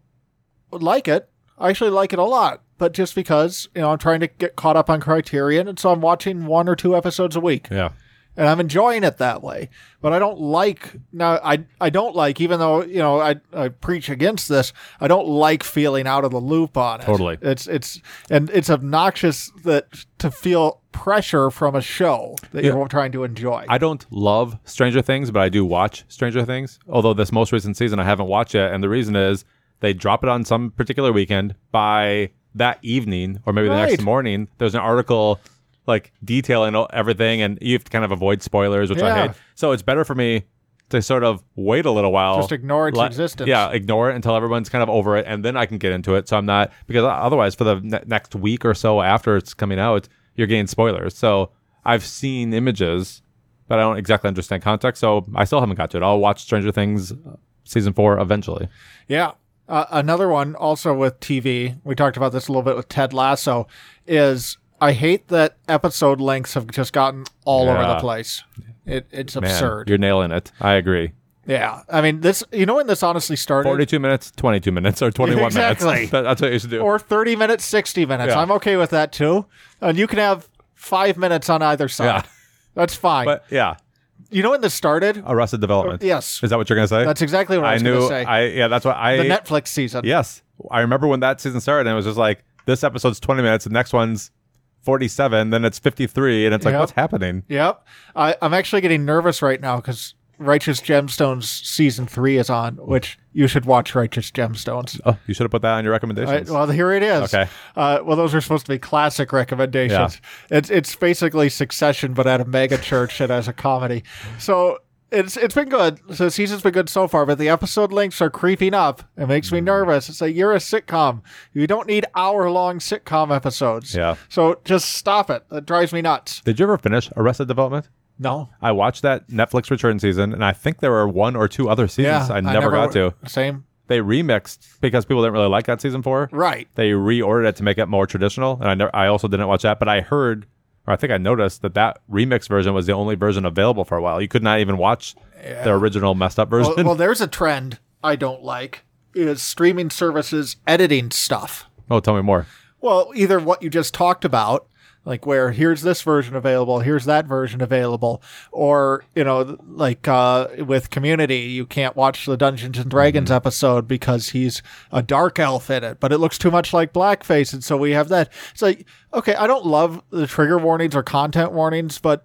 Speaker 2: like it. I actually like it a lot, but just because, you know, I'm trying to get caught up on Criterion, and so I'm watching one or two episodes a week
Speaker 1: Yeah.
Speaker 2: and I'm enjoying it that way. But I don't like now. I I don't like even though you know I I preach against this. I don't like feeling out of the loop on it.
Speaker 1: Totally.
Speaker 2: It's it's and it's obnoxious that to feel pressure from a show that
Speaker 1: Yeah.
Speaker 2: you're trying to enjoy.
Speaker 1: I don't love Stranger Things, but I do watch Stranger Things. Although this most recent season I haven't watched yet, and the reason is they drop it on some particular weekend. By that evening, or maybe the next
Speaker 2: Right.
Speaker 1: morning, there's an article like detailing o- everything, and you have to kind of avoid spoilers, which I
Speaker 2: Yeah.
Speaker 1: hate. So it's better for me to sort of wait a little while,
Speaker 2: Just ignore its
Speaker 1: let-
Speaker 2: existence.
Speaker 1: Yeah, ignore it until everyone's kind of over it, and then I can get into it. So I'm not because otherwise, for the ne- next week or so after it's coming out, you're getting spoilers. So I've seen images, but I don't exactly understand context. So I still haven't got to it. I'll watch Stranger Things uh, season four eventually.
Speaker 2: Yeah. Uh, another one, also with TV, we talked about this a little bit with Ted Lasso, is I hate that episode lengths have just gotten all over
Speaker 1: Yeah.
Speaker 2: the place. It, it's
Speaker 1: Man,
Speaker 2: absurd.
Speaker 1: You're nailing it. I agree.
Speaker 2: yeah. I mean, this, you know, when this honestly started?
Speaker 1: 42 minutes, 22 minutes, or 21
Speaker 2: Exactly.
Speaker 1: minutes. That- That's what you should do.
Speaker 2: or 30 minutes, 60 minutes.
Speaker 1: Yeah.
Speaker 2: I'm okay with that too. And you can have five minutes on either side.
Speaker 1: Yeah.
Speaker 2: That's fine.
Speaker 1: but yeah,
Speaker 2: you know when this started?
Speaker 1: Arrested Development.
Speaker 2: Yes.
Speaker 1: Is that what you're going to say?
Speaker 2: That's exactly what I,
Speaker 1: I
Speaker 2: was
Speaker 1: knew.
Speaker 2: going to say.
Speaker 1: I yeah. That's what I.
Speaker 2: the Netflix season.
Speaker 1: Yes. I remember when that season started and it was just like this episode's 20 minutes, the next one's 47, then it's 53 and it's like
Speaker 2: Yep.
Speaker 1: what's happening?
Speaker 2: Yep. I, I'm actually getting nervous right now because Righteous Gemstones season three is on, which you should watch Righteous Gemstones.
Speaker 1: Oh, you should have put that on your
Speaker 2: I,
Speaker 1: recommendations.
Speaker 2: well, here it is.
Speaker 1: Okay.
Speaker 2: Uh, well, those are supposed to be classic recommendations. It's it's basically Succession, but at a mega church and as a comedy. So it's it's been good. So the season's been good so far, but the episode lengths are creeping up. It makes
Speaker 1: Hmm.
Speaker 2: me nervous. It's like you're a sitcom. You don't need hour long sitcom episodes.
Speaker 1: Yeah.
Speaker 2: So just stop it. That drives me nuts.
Speaker 1: Did you ever finish Arrested Development?
Speaker 2: No.
Speaker 1: I watched that Netflix return season and I think there were one or two other
Speaker 2: Yeah.
Speaker 1: seasons I, never got to.
Speaker 2: Same.
Speaker 1: They remixed because people didn't really like that season 4.
Speaker 2: Right.
Speaker 1: They reordered it to make it more traditional and I never, I also didn't watch that, but I heard or I think I noticed that that remix version was the only version available for a while. You could not even watch the original messed up version.
Speaker 2: Well, well, there's a trend I don't like is streaming services editing stuff.
Speaker 1: oh, tell me more.
Speaker 2: Well, either what you just talked about, like where here's this version available, here's that version available, or you know, th- like uh, with Community, you can't watch the Dungeons and Dragons episode because he's a dark elf in it, but it looks too much like blackface, and so we have that. It's like, okay, I don't love the trigger warnings or content warnings, but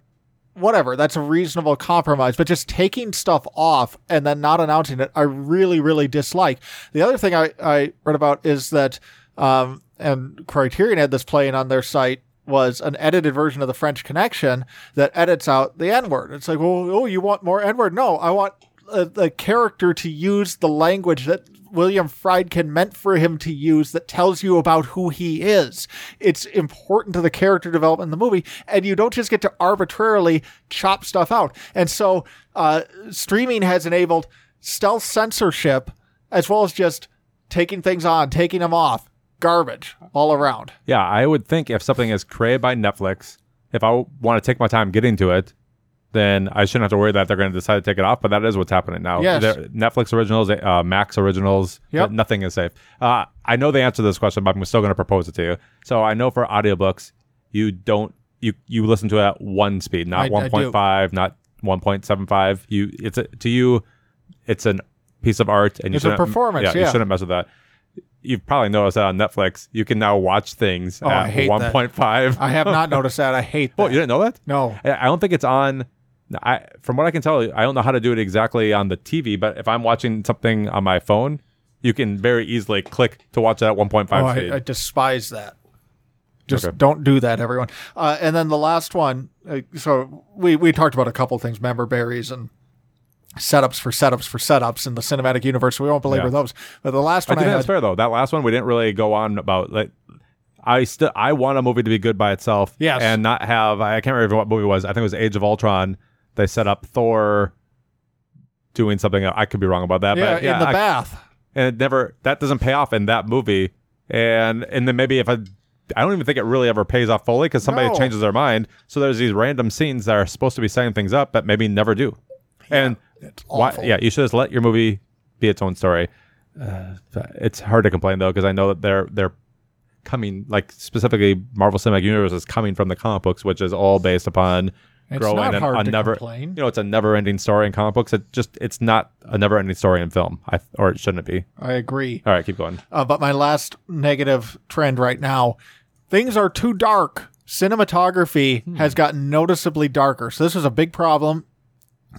Speaker 2: whatever that's a reasonable compromise but just taking stuff off and then not announcing it i really really dislike the other thing i, I read about is that um, and criterion had this playing on their site was an edited version of the french connection that edits out the n word it's like well oh you want more n word no i want uh, the character to use the language that William Friedkin meant for him to use that tells you about who he is. It's important to the character development in the movie, and you don't just get to arbitrarily chop stuff out. And so, uh, streaming has enabled stealth censorship as well as just taking things on, taking them off. Garbage all around.
Speaker 1: Yeah, I would think if something is created by Netflix, if I want to take my time getting to it, then I shouldn't have to worry that they're going to decide to take it off. But that is what's happening now.
Speaker 2: Yes.
Speaker 1: There- Netflix originals, uh, Max originals,
Speaker 2: Yep.
Speaker 1: nothing is safe. Uh, I know the answer to this question, but I'm still going to propose it to you. So I know for audiobooks, you don't you you listen to it at one speed,
Speaker 2: I- I
Speaker 1: not
Speaker 2: do.
Speaker 1: 1.5, not 1.75. You it's a, to you, it's an piece of art, and you
Speaker 2: It's a
Speaker 1: shouldn't-
Speaker 2: performance,
Speaker 1: you
Speaker 2: yeah.
Speaker 1: shouldn't mess with that. You've probably noticed that on Netflix. You can now watch things
Speaker 2: Oh, I
Speaker 1: at
Speaker 2: hate that.
Speaker 1: one point five.
Speaker 2: I have not noticed that. I hate that.
Speaker 1: Oh, you didn't know that?
Speaker 2: no.
Speaker 1: I I don't think it's on. I, from what I can tell, I don't know how to do it exactly on the TV. But if I'm watching something on my phone, you can very easily click to watch that at 1.5
Speaker 2: Oh,
Speaker 1: speed.
Speaker 2: I, I despise that. Just
Speaker 1: Okay.
Speaker 2: don't do that, everyone. Uh, and then the last one. Uh, so we we talked about a couple things, member berries and setups for setups for setups in the cinematic universe. We won't belabor
Speaker 1: Yeah.
Speaker 2: those. But the last
Speaker 1: I
Speaker 2: one I,
Speaker 1: think
Speaker 2: had,
Speaker 1: that's fair though. That last one we didn't really go on about. Like, I still I want a movie to be good by itself.
Speaker 2: Yes.
Speaker 1: and not have I can't remember what movie it was. I think it was Age of Ultron. They set up Thor doing something. I could be wrong about that.
Speaker 2: yeah,
Speaker 1: but yeah,
Speaker 2: in the
Speaker 1: I-
Speaker 2: bath.
Speaker 1: and it never that doesn't pay off in that movie. And and then maybe if I. I don't even think it really ever pays off fully because somebody
Speaker 2: No.
Speaker 1: changes their mind. So there's these random scenes that are supposed to be setting things up, but maybe never do. And
Speaker 2: It's
Speaker 1: why,
Speaker 2: awful.
Speaker 1: yeah, you should just let your movie be its own story. Uh, it's hard to complain though because I know that they're they're coming like specifically Marvel Cinematic Universe is coming from the comic books, which is all based upon
Speaker 2: It's
Speaker 1: growing
Speaker 2: not
Speaker 1: and
Speaker 2: hard
Speaker 1: a
Speaker 2: to
Speaker 1: never
Speaker 2: complain.
Speaker 1: you know it's a never ending story in comic books. It just it's not a never ending story in film, I, or it shouldn't be.
Speaker 2: I agree.
Speaker 1: All right, keep going.
Speaker 2: Uh, but my last negative trend right now things are too dark. Cinematography has gotten noticeably darker. So, this was a big problem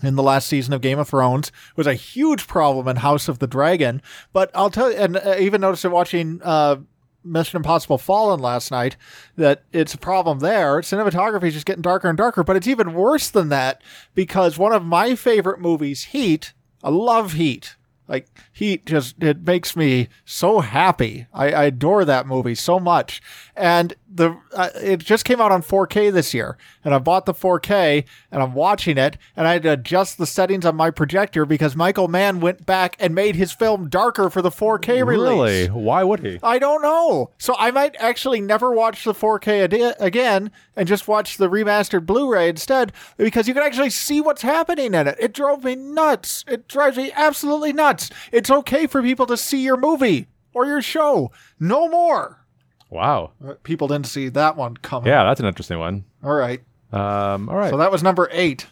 Speaker 2: in the last season of Game of Thrones. It was a huge problem in House of the Dragon. But I'll tell you, and uh, I even noticed it watching uh, Mission Impossible Fallen last night that it's a problem there. Cinematography is just getting darker and darker, but it's even worse than that because one of my favorite movies, Heat, I love Heat. Like Heat just it makes me so happy. I, I adore that movie so much, and the uh, it just came out on 4K this year, and I bought the 4K and I'm watching it, and I had to adjust the settings on my projector because Michael Mann went back and made his film darker for the 4K release.
Speaker 1: Really? Why would he?
Speaker 2: I don't know. So I might actually never watch the 4K adi- again and just watch the remastered Blu-ray instead because you can actually see what's happening in it. It drove me nuts. It drives me absolutely nuts. It's okay for people to see your movie or your show. No more. Uh,
Speaker 1: Wow.
Speaker 2: People didn't see that one coming.
Speaker 1: Yeah, that's an interesting one.
Speaker 2: All right.
Speaker 1: Um, all right.
Speaker 2: So that was number 8.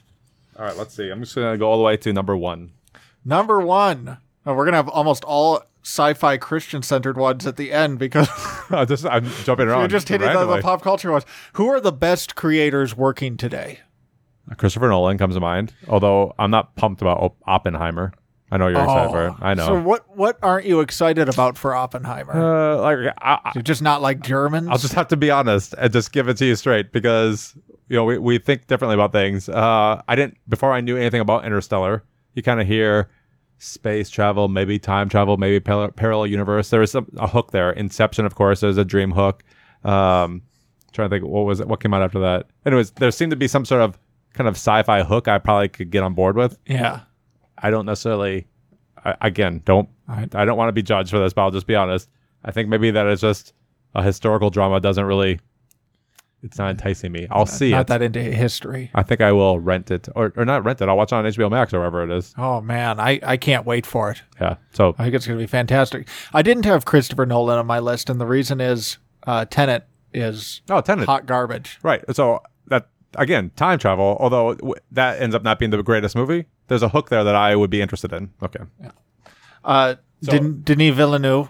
Speaker 1: all right. Let's see. I'm just gonna go all the way to number one.
Speaker 2: Number 1. Now we're going to have almost all sci-fi Christian-centered ones at the end because
Speaker 1: I just I'm jumping around.
Speaker 2: we're just hitting the,
Speaker 1: randomly.
Speaker 2: the pop culture ones. Who are the best creators working today?
Speaker 1: Christopher Nolan comes to mind, although I'm not pumped about Op- Oppenheimer. I know you're excited for it. I
Speaker 2: So
Speaker 1: know.
Speaker 2: what what aren't you excited about for Oppenheimer?
Speaker 1: uh, like I, I-
Speaker 2: You're just not like Germans.
Speaker 1: I'll just have to be honest and just give it to you straight because you know we, we think differently about things. Uh, I didn't before I knew anything about Interstellar. You kind of hear space travel, maybe time travel, maybe par- parallel universe. There is some, a hook there. Inception, of course, there's a dream hook. Um, trying to think what was it, what came out after that. Anyways, there seemed to be some sort of kind of sci-fi hook I probably could get on board with.
Speaker 2: yeah.
Speaker 1: I don't necessarily. I, again, don't. I, I don't want to be judged for this, but I'll just be honest. I think maybe that is just a historical drama. Doesn't really. It's not enticing me. I'll see
Speaker 2: Not
Speaker 1: it.
Speaker 2: that into history.
Speaker 1: I think I will rent it or, or not rent it. I'll watch it on HBO Max or wherever it is.
Speaker 2: Oh man, I, I can't wait for it.
Speaker 1: Yeah. So
Speaker 2: I think it's going to be fantastic. I didn't have Christopher Nolan on my list, and the reason is uh, Tenet is
Speaker 1: oh, Tenet.
Speaker 2: hot garbage.
Speaker 1: Right. So that again, time travel. Although w- that ends up not being the greatest movie. There's a hook there that I would be interested in. Okay.
Speaker 2: Uh, Den- Denis Villeneuve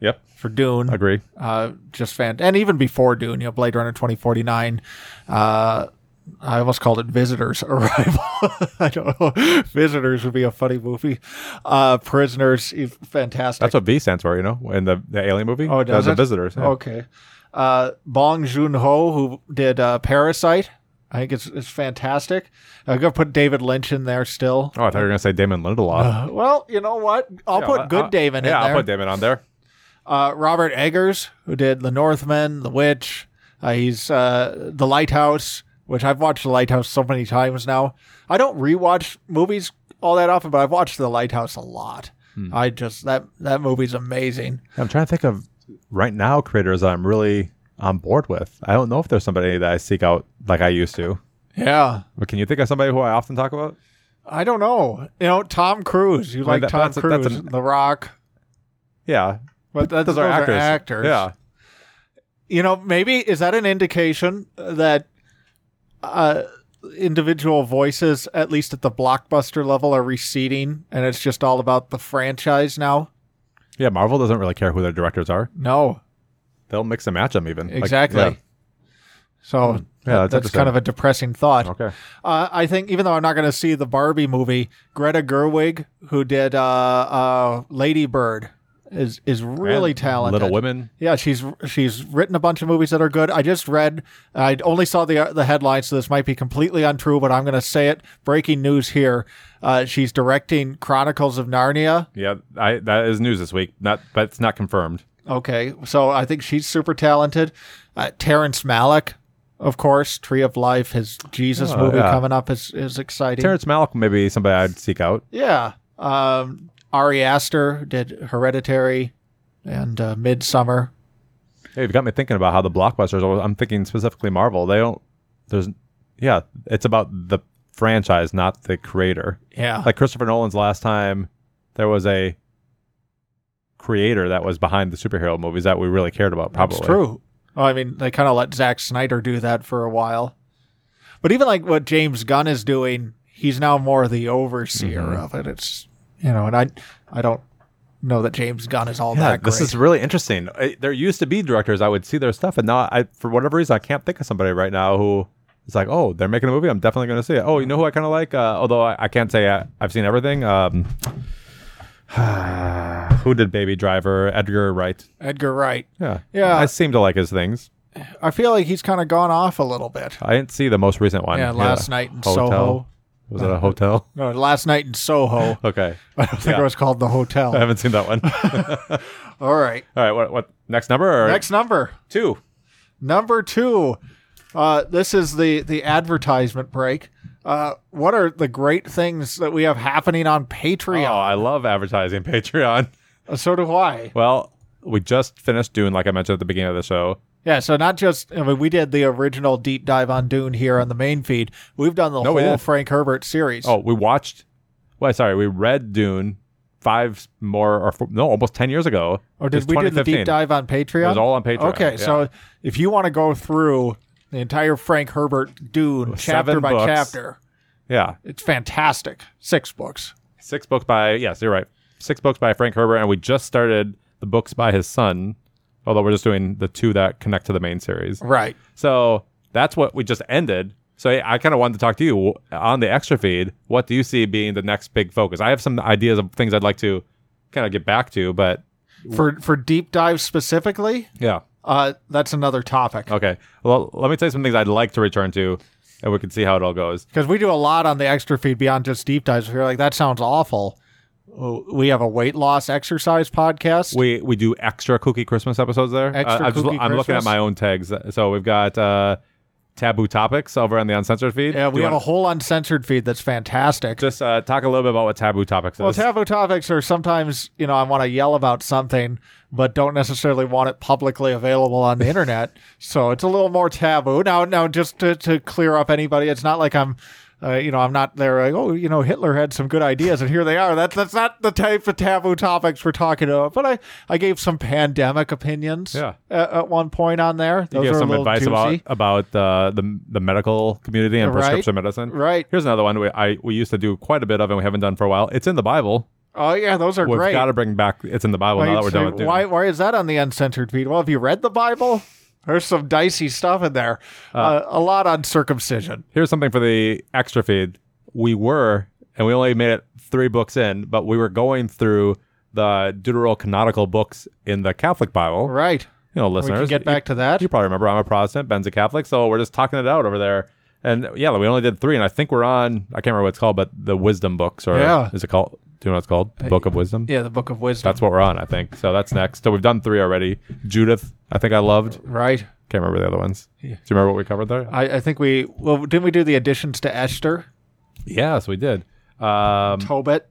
Speaker 1: Yep.
Speaker 2: for Dune.
Speaker 1: Agree.
Speaker 2: uh, just fan, and even before Dune, you know, Blade Runner twenty forty nine. Uh, I almost called it Visitors Arrival. I don't know. Visitors would be a funny movie. Uh, Prisoners, e- fantastic.
Speaker 1: That's what V stands for. You know, in the, the alien movie.
Speaker 2: Oh, does
Speaker 1: There's a
Speaker 2: it?
Speaker 1: visitors. yeah.
Speaker 2: okay. Uh, Bong Joon Ho, who did uh, Parasite, I think it's it's fantastic. I'm gonna put David Lynch in there still.
Speaker 1: Oh, I thought you were gonna say Damon Lindelof.
Speaker 2: Uh, well, you know what? I'll
Speaker 1: Yeah,
Speaker 2: put Good
Speaker 1: I-
Speaker 2: David in
Speaker 1: Yeah,
Speaker 2: there.
Speaker 1: I'll put Damon on there.
Speaker 2: uh, Robert Eggers, who did The Northman, The Witch. Uh, he's uh, The Lighthouse, which I've watched The Lighthouse so many times now. I don't rewatch movies all that often, but I've watched The Lighthouse a lot.
Speaker 1: Hmm.
Speaker 2: I just that that movie's amazing.
Speaker 1: I'm trying to think of right now creators that I'm really on board with. I don't know if there's somebody that I seek out like I used to.
Speaker 2: Yeah,
Speaker 1: But can you think of somebody who I often talk about?
Speaker 2: I don't know. You know, Tom Cruise. You
Speaker 1: Well,
Speaker 2: like
Speaker 1: that-
Speaker 2: Tom
Speaker 1: that's a- that's
Speaker 2: Cruise,
Speaker 1: an-
Speaker 2: The Rock,
Speaker 1: Yeah,
Speaker 2: but that's,
Speaker 1: those are actors. Yeah,
Speaker 2: you know, maybe is that an indication that uh, individual voices, at least at the blockbuster level, are receding, and it's just all about the franchise now.
Speaker 1: Yeah, Marvel doesn't really care who their directors are.
Speaker 2: No,
Speaker 1: They'll mix and match them even. Like, Hmm.
Speaker 2: exactly. So
Speaker 1: Yeah, that's
Speaker 2: that's,
Speaker 1: interesting.
Speaker 2: kind of a depressing thought.
Speaker 1: yeah. Okay.
Speaker 2: Uh, I think even though I'm not going to see the Barbie movie, Greta Gerwig, who did uh, uh, Lady Bird, is is really
Speaker 1: And
Speaker 2: talented.
Speaker 1: Little Women.
Speaker 2: Yeah, she's she's written a bunch of movies that are good. I just read, I only saw the the headline, so this might be completely untrue, but I'm going to say it. Breaking news here: uh, she's directing Chronicles of Narnia.
Speaker 1: Yeah, I that is news this week. Not, but it's not confirmed.
Speaker 2: Okay, so I think she's super talented. Uh, Terrence Malick, of course, Tree of Life, his Jesus
Speaker 1: Oh,
Speaker 2: movie
Speaker 1: yeah.
Speaker 2: coming up is is exciting.
Speaker 1: Terrence Malick may be somebody I'd seek out.
Speaker 2: yeah, um, Ari Aster did Hereditary and uh, Midsummer.
Speaker 1: Hey, you've got me thinking about how the blockbusters. are- I'm thinking specifically Marvel. They don't. There's, yeah, it's about the franchise, not the creator.
Speaker 2: Yeah,
Speaker 1: Like Christopher Nolan's last time, there was a creator that was behind the superhero movies that we really cared about. Probably
Speaker 2: It's true. Well, I mean, they kind of let Zack Snyder do that for a while. But even like what James Gunn is doing, he's now more the overseer
Speaker 1: Mhm.
Speaker 2: of it. It's you know, and I I don't know that James Gunn is all
Speaker 1: Yeah,
Speaker 2: that great.
Speaker 1: this is really interesting. I, there used to be directors I would see their stuff, and now I, for whatever reason, I can't think of somebody right now who is like, "Oh, they're making a movie. I'm definitely going to see it." Oh, you know who I kind of like? Uh, although I, I can't say I, I've seen everything. Um, who did Baby Driver? Edgar Wright.
Speaker 2: Edgar Wright.
Speaker 1: Yeah,
Speaker 2: Yeah.
Speaker 1: I seem to like his things.
Speaker 2: I feel like he's kind of gone off a little bit.
Speaker 1: I didn't see the most recent one.
Speaker 2: yeah, last night in Soho.
Speaker 1: Was it a hotel?
Speaker 2: No, last night in Soho.
Speaker 1: Okay,
Speaker 2: I don't think
Speaker 1: Yeah.
Speaker 2: it was called the
Speaker 1: I
Speaker 2: hotel.
Speaker 1: haven't seen that one. All
Speaker 2: All right.
Speaker 1: right, what what next number? Or
Speaker 2: Next number.
Speaker 1: two.
Speaker 2: Number two, uh, this is the the advertisement break. Uh, what are the great things that we have happening on
Speaker 1: Oh,
Speaker 2: Patreon? Uh,
Speaker 1: I love advertising Patreon.
Speaker 2: So do I.
Speaker 1: Well, we just finished Dune, like I mentioned at the beginning of the show.
Speaker 2: Yeah. So not just I mean, we did the original deep dive on Dune here on the main feed. We've done the
Speaker 1: No, we
Speaker 2: whole
Speaker 1: did.
Speaker 2: Frank Herbert series.
Speaker 1: Oh, we watched. Well, sorry, we read Dune five more or four, no, almost ten years ago.
Speaker 2: or
Speaker 1: It was
Speaker 2: did we do the
Speaker 1: 2015.
Speaker 2: deep dive on Patreon?
Speaker 1: It was all on Patreon.
Speaker 2: Okay.
Speaker 1: yeah.
Speaker 2: So if you want to go through the entire Frank Herbert Dune chapter
Speaker 1: seven
Speaker 2: by
Speaker 1: books.
Speaker 2: chapter,
Speaker 1: yeah,
Speaker 2: it's fantastic. Six books.
Speaker 1: six books by yes, you're right. Six books by Frank Herbert, and we just started the books by his son. Although we're just doing the two that connect to the main series.
Speaker 2: Right.
Speaker 1: So that's what we just ended. So I- I kind of wanted to talk to you on the extra feed. What do you see being the next big focus? I have some ideas of things I'd like to kind of get back to, but
Speaker 2: For for deep dives specifically,
Speaker 1: yeah.
Speaker 2: uh, that's another topic.
Speaker 1: Okay. Well, let me tell you some things I'd like to return to, and we can see how it all goes.
Speaker 2: because we do a lot on the extra feed beyond just deep dives. We're like, that sounds awful. Oh, We have a weight loss exercise podcast.
Speaker 1: We we do extra Cookie Christmas episodes there. Uh,
Speaker 2: Extra
Speaker 1: I'm,
Speaker 2: Kooky
Speaker 1: I'm looking at
Speaker 2: Christmas?
Speaker 1: my own tags. So we've got uh, taboo topics over on the uncensored feed.
Speaker 2: yeah,
Speaker 1: Do
Speaker 2: we
Speaker 1: you
Speaker 2: have a
Speaker 1: wanna
Speaker 2: whole uncensored feed that's fantastic.
Speaker 1: just uh, talk a little bit about what taboo topics
Speaker 2: Well,
Speaker 1: is.
Speaker 2: taboo topics are sometimes, you know, I want to yell about something, but don't necessarily want it publicly available on the internet. So it's a little more taboo. Now, now, just to, to clear up anybody, it's not like I'm, uh, you know, I'm not there like, oh, you know, Hitler had some good ideas and here they are. That's that's not the type of taboo topics we're talking about. But I, I gave some pandemic opinions
Speaker 1: Yeah.
Speaker 2: at, at one point on there. Those
Speaker 1: give
Speaker 2: are
Speaker 1: some
Speaker 2: a little
Speaker 1: advice
Speaker 2: juicy.
Speaker 1: about about uh, the the medical community and
Speaker 2: Right.
Speaker 1: prescription medicine.
Speaker 2: Right.
Speaker 1: Here's another one we I we used to do quite a bit of and we haven't done for a while. It's in the Bible.
Speaker 2: Oh, yeah, those are
Speaker 1: We've
Speaker 2: great.
Speaker 1: got to bring back. It's in the Bible now that we're
Speaker 2: You'd say,
Speaker 1: done with. Dune.
Speaker 2: why, why is that on the uncensored feed? Well, have you read the Bible? There's some dicey stuff in there. Uh, a lot on circumcision.
Speaker 1: here's something for the extra feed. We were, and we only made it three books in, but we were going through the deuterocanonical books in the Catholic Bible.
Speaker 2: Right.
Speaker 1: You know,
Speaker 2: We
Speaker 1: listeners,
Speaker 2: can get back to
Speaker 1: You,
Speaker 2: that.
Speaker 1: you probably remember I'm a Protestant, Ben's a Catholic, so we're just talking it out over there. And yeah, we only did three, and I think we're on. I can't remember what it's called, but the Wisdom books, or
Speaker 2: Yeah.
Speaker 1: is it called? Do you know what it's called? The Book of Wisdom.
Speaker 2: Yeah, the Book of Wisdom.
Speaker 1: That's what we're on, I think. So that's next. So we've done three already. Judith, I think I loved.
Speaker 2: right.
Speaker 1: Can't remember the other ones. Do you remember what we covered there?
Speaker 2: I, I think we, well, didn't we do the additions to Esther,
Speaker 1: yes, we did. Um,
Speaker 2: Tobit?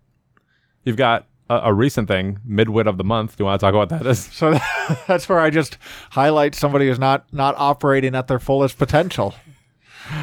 Speaker 1: You've got a, a recent thing, midwit of the month. Do you want to talk about that? Is
Speaker 2: So that's where I just highlight somebody who's not not operating at their fullest potential.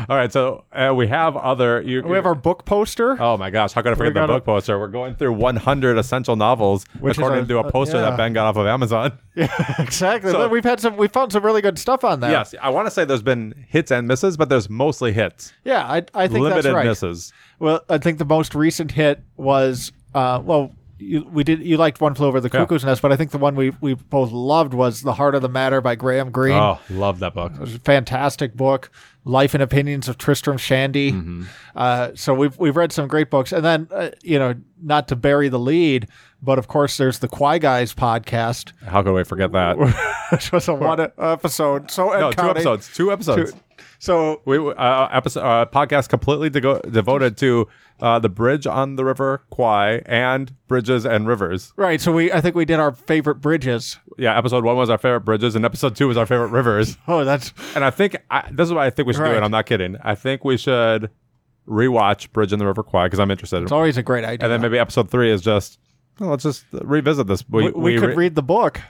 Speaker 1: All right, so uh, we have other. You,
Speaker 2: We have our book poster.
Speaker 1: Oh my gosh, how could I forget the
Speaker 2: got a-
Speaker 1: book poster? We're going through 100 essential novels
Speaker 2: Which is
Speaker 1: according
Speaker 2: a-
Speaker 1: to
Speaker 2: uh,
Speaker 1: a poster
Speaker 2: yeah.
Speaker 1: that Ben got off of Amazon.
Speaker 2: yeah, exactly.
Speaker 1: So-
Speaker 2: Look, we've had some. We found some really good stuff on there.
Speaker 1: Yes, I want to say there's been hits and misses, but there's mostly hits,
Speaker 2: Yeah, I, I think
Speaker 1: limited
Speaker 2: that's right.
Speaker 1: misses.
Speaker 2: Well, I think the most recent hit was uh, well, you, we did you liked One Flew Over the
Speaker 1: Yeah.
Speaker 2: Cuckoo's Nest, but I think the one we we both loved was The Heart of the Matter by Graham Greene.
Speaker 1: Oh, love that book.
Speaker 2: It was a fantastic book, Life and Opinions of Tristram Shandy.
Speaker 1: Mm-hmm.
Speaker 2: Uh, so we've we've read some great books, and then uh, you know not to bury the lead, but of course there's the Quai Guys podcast,
Speaker 1: How could we forget that?
Speaker 2: which was a one episode. So and
Speaker 1: No, two
Speaker 2: counting.
Speaker 1: episodes. Two
Speaker 2: Two-
Speaker 1: episodes.
Speaker 2: So
Speaker 1: We uh, episode uh, podcast completely dego- devoted to uh, the bridge on the river Kwai and bridges and rivers.
Speaker 2: right, so we I think we did our favorite bridges.
Speaker 1: Yeah, episode one was our favorite bridges, and episode two was our favorite rivers.
Speaker 2: Oh, that's
Speaker 1: And I think I, this is what I think we should do.
Speaker 2: Right.
Speaker 1: And I'm not kidding. I think we should rewatch Bridge in the River Kwai because I'm interested.
Speaker 2: it's always a great idea.
Speaker 1: and then maybe episode three is just well, let's just revisit this.
Speaker 2: we, we could
Speaker 1: re-
Speaker 2: read the book.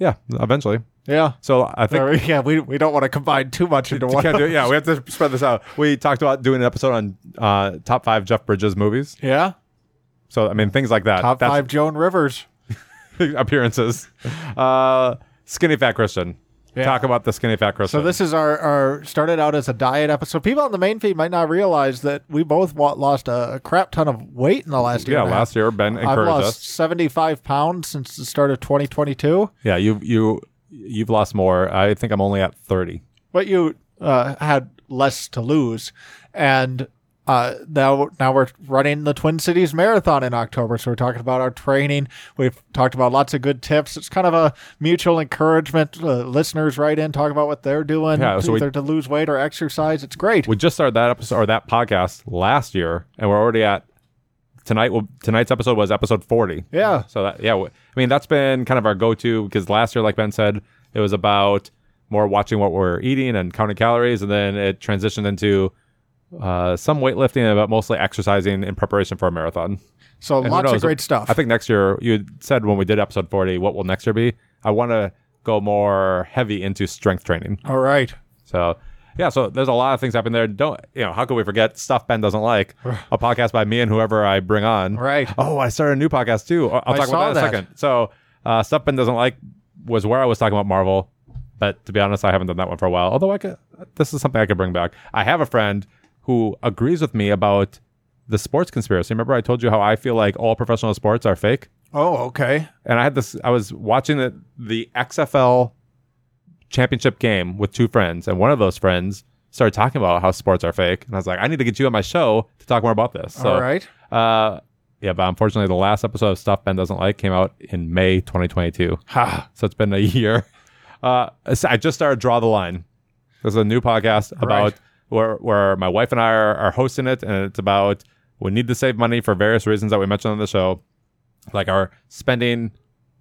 Speaker 1: yeah, eventually.
Speaker 2: Yeah.
Speaker 1: So I think
Speaker 2: Or, yeah, we, we don't want to combine too much into
Speaker 1: we
Speaker 2: one.
Speaker 1: can't do, yeah, we have to spread this out. We talked about doing an episode on uh, top five Jeff Bridges movies.
Speaker 2: Yeah.
Speaker 1: So I mean, things like that.
Speaker 2: Top
Speaker 1: That's
Speaker 2: five Joan Rivers.
Speaker 1: appearances. Uh, skinny fat Christian.
Speaker 2: Yeah.
Speaker 1: Talk about the skinny fat Christian.
Speaker 2: So this is our, our started out as a diet episode. People on the main feed might not realize that we both wa- lost a, a crap ton of weight in the last year.
Speaker 1: yeah,
Speaker 2: and a half.
Speaker 1: last year Ben
Speaker 2: I've
Speaker 1: encouraged
Speaker 2: lost
Speaker 1: us.
Speaker 2: 75 pounds since the start of 2022.
Speaker 1: Yeah, you you you've lost more. I think I'm only at thirty.
Speaker 2: but you uh, had less to lose, and uh, now now we're running the Twin Cities Marathon in October. So we're talking about our training. We've talked about lots of good tips. It's kind of a mutual encouragement. Uh, listeners write in, talk about what they're doing,
Speaker 1: Yeah, so we-
Speaker 2: either to lose weight or exercise. It's great.
Speaker 1: We just started that episode or that podcast last year, and we're already at tonight. Well, tonight's episode was episode forty.
Speaker 2: Yeah.
Speaker 1: So that yeah, w- I mean that's been kind of our go-to because last year, like Ben said, it was about more watching what we're eating and counting calories, and then it transitioned into uh, some weightlifting, but mostly exercising in preparation for a marathon.
Speaker 2: so
Speaker 1: And who
Speaker 2: lots of
Speaker 1: knows?
Speaker 2: great stuff.
Speaker 1: I think next year you had said when we did episode forty, what will next year be? I want to go more heavy into strength training.
Speaker 2: All right.
Speaker 1: So yeah, so there's a lot of things happening there. Don't you know? How could we forget stuff Ben doesn't like? A podcast by me and whoever I bring on.
Speaker 2: Right.
Speaker 1: Oh, I started a new podcast too. I'll I'll
Speaker 2: I
Speaker 1: talk
Speaker 2: saw
Speaker 1: about that in
Speaker 2: that.
Speaker 1: a second. So uh, stuff Ben doesn't like was where I was talking about Marvel, but to be honest, I haven't done that one for a while. Although I could, this is something I could bring back. I have a friend who agrees with me about the sports conspiracy. Remember, I told you how I feel like all professional sports are fake
Speaker 2: Oh, okay.
Speaker 1: and I had this. I was watching the the XFL championship game with two friends, and one of those friends started talking about how sports are fake, and I was like, I need to get you on my show to talk more about this. So,
Speaker 2: All right.
Speaker 1: uh, yeah, but unfortunately, the last episode of Stuff Ben Doesn't Like came out in May 2022,
Speaker 2: Ha.
Speaker 1: so it's been a year. Uh, so I just started Draw the Line. This is a new podcast about where where my wife and I are, are hosting it, and it's about we need to save money for various reasons that we mentioned on the show like our spending.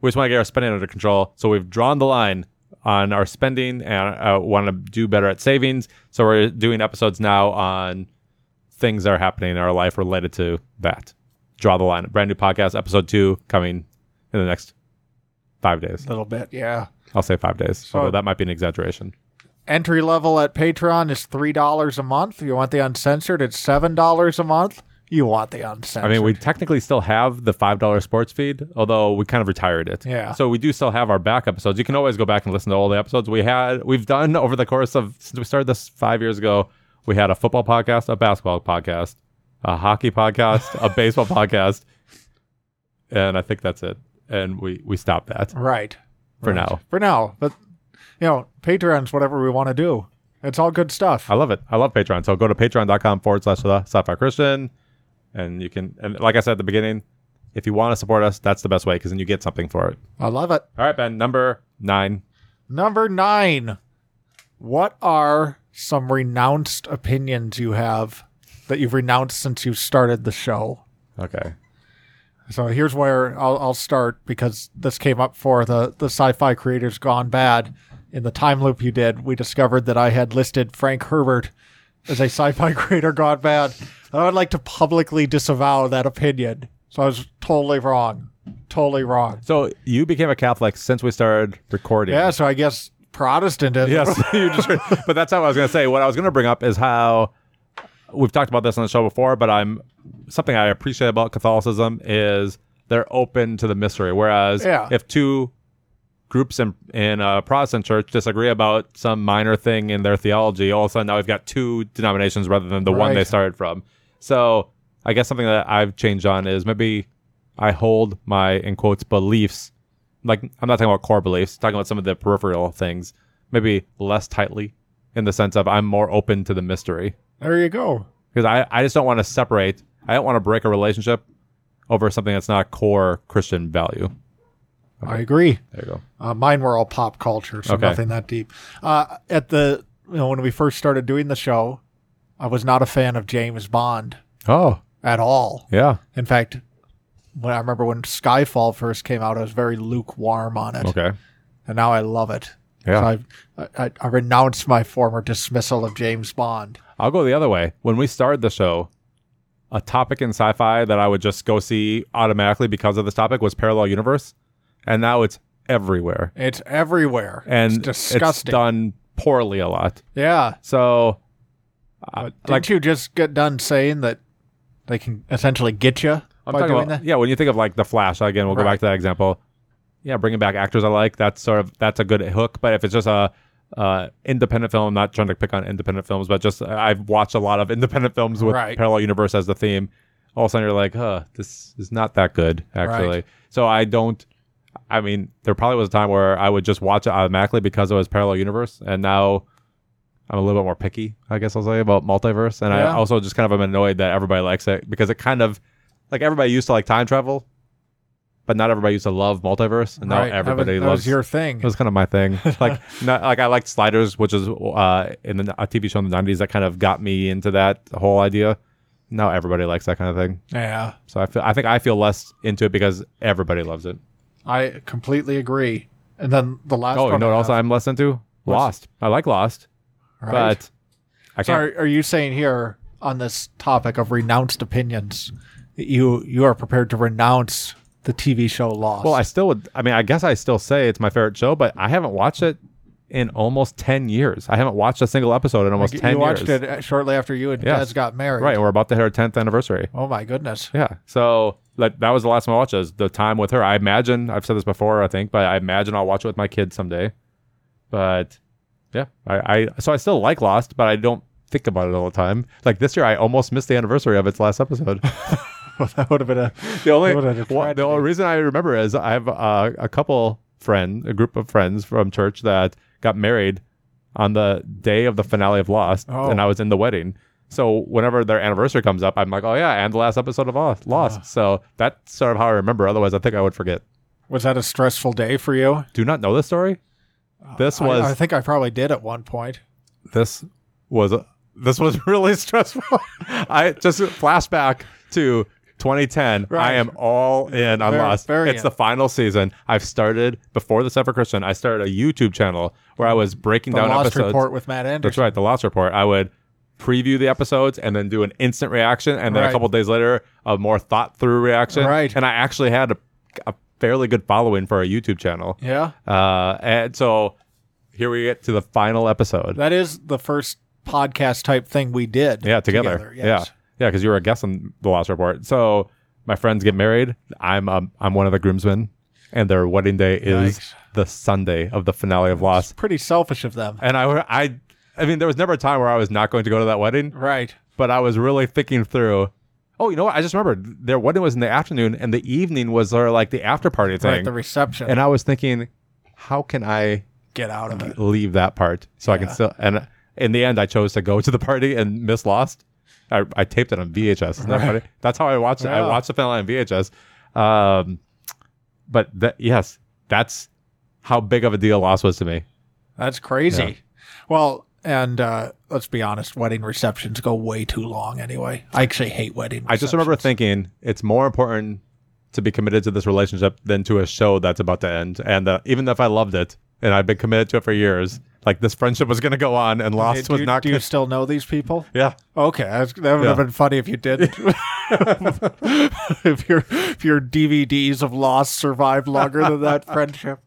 Speaker 1: We just want to get our spending under control. So we've drawn the line on our spending and uh, want to do better at savings. So we're doing episodes now on things that are happening in our life related to that. Draw the line. Brand new podcast, episode two, coming in the next five days.
Speaker 2: A little bit. Yeah.
Speaker 1: I'll say five days. although that might be an exaggeration.
Speaker 2: Entry level at Patreon is three dollars a month. You want the uncensored? It's seven dollars a month. You want the uncensored?
Speaker 1: I mean, we technically still have the five dollar sports feed, although we kind of retired it.
Speaker 2: Yeah.
Speaker 1: So we do still have our back episodes. You can always go back and listen to all the episodes we had. We've done over the course of since we started this five years ago. We had a football podcast, a basketball podcast, a hockey podcast, a baseball podcast, and I think that's it. And we we stopped that
Speaker 2: Right.
Speaker 1: for now.
Speaker 2: For now. But you know, Patreon's whatever we want to do. It's all good stuff.
Speaker 1: I love it. I love Patreon. So go to patreon.com forward slash the sci-fi Christian. And you can, and like I said at the beginning, if you want to support us, that's the best way because then you get something for it.
Speaker 2: I love it.
Speaker 1: All right, Ben. Number nine.
Speaker 2: Number nine. What are some renounced opinions you have that you've renounced since you started the show?
Speaker 1: Okay.
Speaker 2: So here's where I'll, I'll start because this came up for the, the sci fi creators gone bad. In the time loop you did, we discovered that I had listed Frank Herbert as a sci fi creator gone bad. I would like to publicly disavow that opinion. So I was totally wrong. Totally wrong.
Speaker 1: So you became a Catholic since we started recording.
Speaker 2: Yeah, so I guess Protestantism.
Speaker 1: Yes, you just heard- but that's how I was going to say. What I was going to bring up is how we've talked about this on the show before, but I'm something I appreciate about Catholicism is they're open to the mystery. Whereas
Speaker 2: Yeah.
Speaker 1: if two groups in in a Protestant church disagree about some minor thing in their theology, all of a sudden now we've got two denominations rather than the one they
Speaker 2: Right.
Speaker 1: started from. So I guess something that I've changed on is maybe I hold my in quotes beliefs like I'm not talking about core beliefs, talking about some of the peripheral things, maybe less tightly in the sense of I'm more open to the mystery
Speaker 2: There you go.
Speaker 1: because I, I just don't want to separate. I don't want to break a relationship over something that's not a core Christian value.
Speaker 2: I agree.
Speaker 1: There you go.
Speaker 2: Uh, mine were all pop culture, so
Speaker 1: Okay.
Speaker 2: nothing that deep. Uh, at the you know when we first started doing the show, I was not a fan of James Bond
Speaker 1: Oh,
Speaker 2: at all.
Speaker 1: yeah.
Speaker 2: In fact, when I remember when Skyfall first came out, I was very lukewarm on it,
Speaker 1: Okay.
Speaker 2: and now I love it.
Speaker 1: Yeah.
Speaker 2: So I've, I, I- I renounced my former dismissal of James Bond.
Speaker 1: I'll go the other way. When we started the show, a topic in sci fi that I would just go see automatically because of this topic was Parallel Universe. And now it's everywhere.
Speaker 2: It's everywhere.
Speaker 1: And
Speaker 2: it's disgusting.
Speaker 1: it's done poorly a lot.
Speaker 2: yeah.
Speaker 1: So,
Speaker 2: But didn't
Speaker 1: Uh, like-
Speaker 2: you just get done saying that they can essentially get you
Speaker 1: I'm
Speaker 2: by
Speaker 1: talking
Speaker 2: doing
Speaker 1: about,
Speaker 2: that?
Speaker 1: Yeah, when you think of like the Flash again, we'll go
Speaker 2: Right.
Speaker 1: back to that example. Yeah, bringing back actors I like, that's sort of that's a good hook. But if it's just a uh, independent film, I'm not trying to pick on independent films, but just uh, I've watched a lot of independent films with
Speaker 2: Right.
Speaker 1: parallel universe as the theme. All of a sudden, you're like, huh, this is not that good actually.
Speaker 2: Right.
Speaker 1: So I don't. I mean, there probably was a time where I would just watch it automatically because it was parallel universe, and now I'm a little bit more picky, I guess I'll say, about multiverse. And I
Speaker 2: Yeah.
Speaker 1: also just kind of am annoyed that everybody likes it because it kind of like everybody used to like time travel, but not everybody used to love multiverse. And now
Speaker 2: Right. That was-
Speaker 1: everybody
Speaker 2: that
Speaker 1: loves
Speaker 2: was your thing.
Speaker 1: It was kind of my thing. like, not, like I liked Sliders, which is uh, in the, a TV show in the '90s that kind of got me into that whole idea. Now everybody likes that kind of thing,
Speaker 2: yeah.
Speaker 1: so I feel I think I feel less into it because everybody loves it.
Speaker 2: I completely agree. And then the last
Speaker 1: Oh,
Speaker 2: one
Speaker 1: you know
Speaker 2: I
Speaker 1: what else
Speaker 2: have,
Speaker 1: I'm less into? Lost. I like Lost,
Speaker 2: right?
Speaker 1: but I
Speaker 2: So
Speaker 1: can't.
Speaker 2: are, are you saying here on this topic of renounced opinions that you you are prepared to renounce the TV show Lost?
Speaker 1: Well, I still would. I mean, I guess I still say it's my favorite show, but I haven't watched it in almost ten years. I haven't watched a single episode in almost
Speaker 2: you
Speaker 1: ten years.
Speaker 2: watched it uh, shortly after you and
Speaker 1: Yes.
Speaker 2: Des got married.
Speaker 1: right? We're about to hit our tenth anniversary.
Speaker 2: Oh my goodness.
Speaker 1: Yeah. So that that was the last time I watched it. Is the time with her. I imagine I've said this before, I think, but I imagine I'll watch it with my kids someday. But yeah, I, I so I still like Lost, but I don't think about it all the time. Like this year, I almost missed the anniversary of its last episode.
Speaker 2: Well, that would have been a
Speaker 1: the only
Speaker 2: What a
Speaker 1: wha- the only reason I remember is I have uh, a couple friend, a group of friends from church that got married on the day of the finale of Lost,
Speaker 2: Oh.
Speaker 1: and I was in the wedding. So whenever their anniversary comes up, I'm like, oh yeah, and the last episode of Lost.
Speaker 2: Ah.
Speaker 1: Lost. So that's sort of how I remember. Otherwise, I think I would forget.
Speaker 2: was that a stressful day for you?
Speaker 1: Do you not know this story? This
Speaker 2: Uh, I-
Speaker 1: was
Speaker 2: I, think I probably did at one point.
Speaker 1: this was this was really stressful. I just flashback to 2010. I
Speaker 2: Right.
Speaker 1: am all in on
Speaker 2: Very-
Speaker 1: Lost.
Speaker 2: very
Speaker 1: it's
Speaker 2: in.
Speaker 1: the final season. I've started before the Suffer Christian. I started a YouTube channel where I was breaking
Speaker 2: The
Speaker 1: down
Speaker 2: Lost
Speaker 1: episodes.
Speaker 2: report with Matt
Speaker 1: That's
Speaker 2: Anderson.
Speaker 1: right, the Lost report. I would preview the episodes and then do an instant reaction, and then a
Speaker 2: Right.
Speaker 1: couple days later, a more thought through reaction.
Speaker 2: Right.
Speaker 1: and I actually had a, a fairly good following for a YouTube channel.
Speaker 2: Yeah.
Speaker 1: Uh, and so here we get to the final episode.
Speaker 2: That is the first podcast type thing we did.
Speaker 1: Yeah, together.
Speaker 2: yes.
Speaker 1: Yeah, yeah, because you were a guest on the Lost Report. So my friends get married. I'm um, I'm one of the groomsmen, and their wedding day is
Speaker 2: Yikes.
Speaker 1: the Sunday of the finale of Lost.
Speaker 2: Pretty selfish of them.
Speaker 1: And I I I mean, there was never a time where I was not going to go to that wedding,
Speaker 2: Right.
Speaker 1: but I was really thinking through. Oh, you know what? I just remembered their wedding was in the afternoon, and the evening was sort of like the after party
Speaker 2: Right.
Speaker 1: thing.
Speaker 2: The reception.
Speaker 1: and I was thinking, how can I
Speaker 2: Get out of it.
Speaker 1: leave that part so I can
Speaker 2: Yeah.
Speaker 1: still. And in the end, I chose to go to the party and miss Lost. I, I taped it on VHS. Isn't that funny? That's how I watched it. I
Speaker 2: Yeah.
Speaker 1: watched the finale on VHS. Um, but that, yes, that's how big of a deal Lost was to me.
Speaker 2: That's crazy. Well, and uh, let's be honest, wedding receptions go way too long anyway. I actually hate wedding.
Speaker 1: I just remember
Speaker 2: receptions.
Speaker 1: thinking it's more important to be committed to this relationship than to a show that's about to end. And uh, even if I loved it and I've been committed to it for years, like this friendship was going to go on and Lost
Speaker 2: Do
Speaker 1: was
Speaker 2: you,
Speaker 1: not
Speaker 2: do you
Speaker 1: going
Speaker 2: still know these people?
Speaker 1: Yeah.
Speaker 2: Okay, that's, that would have
Speaker 1: Yeah.
Speaker 2: been funny if you did. if your if your DVDs of Lost survived longer than that friendship.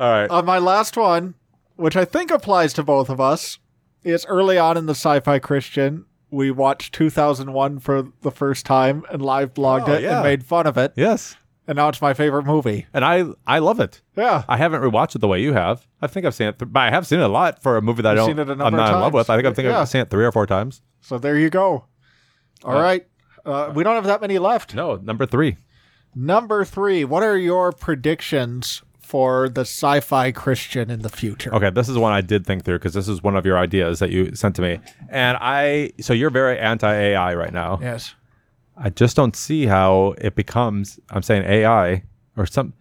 Speaker 1: All right.
Speaker 2: Uh, my last one which I think applies to both of us, is early on in the Sci Fi Christian, we watched 2001 for the first time and live blogged
Speaker 1: Oh,
Speaker 2: it
Speaker 1: yeah.
Speaker 2: and made fun of it.
Speaker 1: Yes.
Speaker 2: And now it's my favorite movie.
Speaker 1: And I I love it.
Speaker 2: Yeah.
Speaker 1: I haven't rewatched it the way you have. I think I've seen it, th- but I have seen it a lot for a movie that I
Speaker 2: You've
Speaker 1: don't.
Speaker 2: seen it a
Speaker 1: I'm
Speaker 2: number
Speaker 1: not
Speaker 2: of
Speaker 1: in love
Speaker 2: times.
Speaker 1: with. I think I think
Speaker 2: Yeah.
Speaker 1: I've seen it three or four times.
Speaker 2: So there you go. All
Speaker 1: Yeah.
Speaker 2: right. Uh, we don't have that many left.
Speaker 1: No, number three.
Speaker 2: Number three, what are your predictions for the sci fi Christian in the future?
Speaker 1: Okay, this is one I did think through because this is one of your ideas that you sent to me, and I. So you're very anti AI right now.
Speaker 2: Yes.
Speaker 1: I just don't see how it becomes. I'm saying AI or some.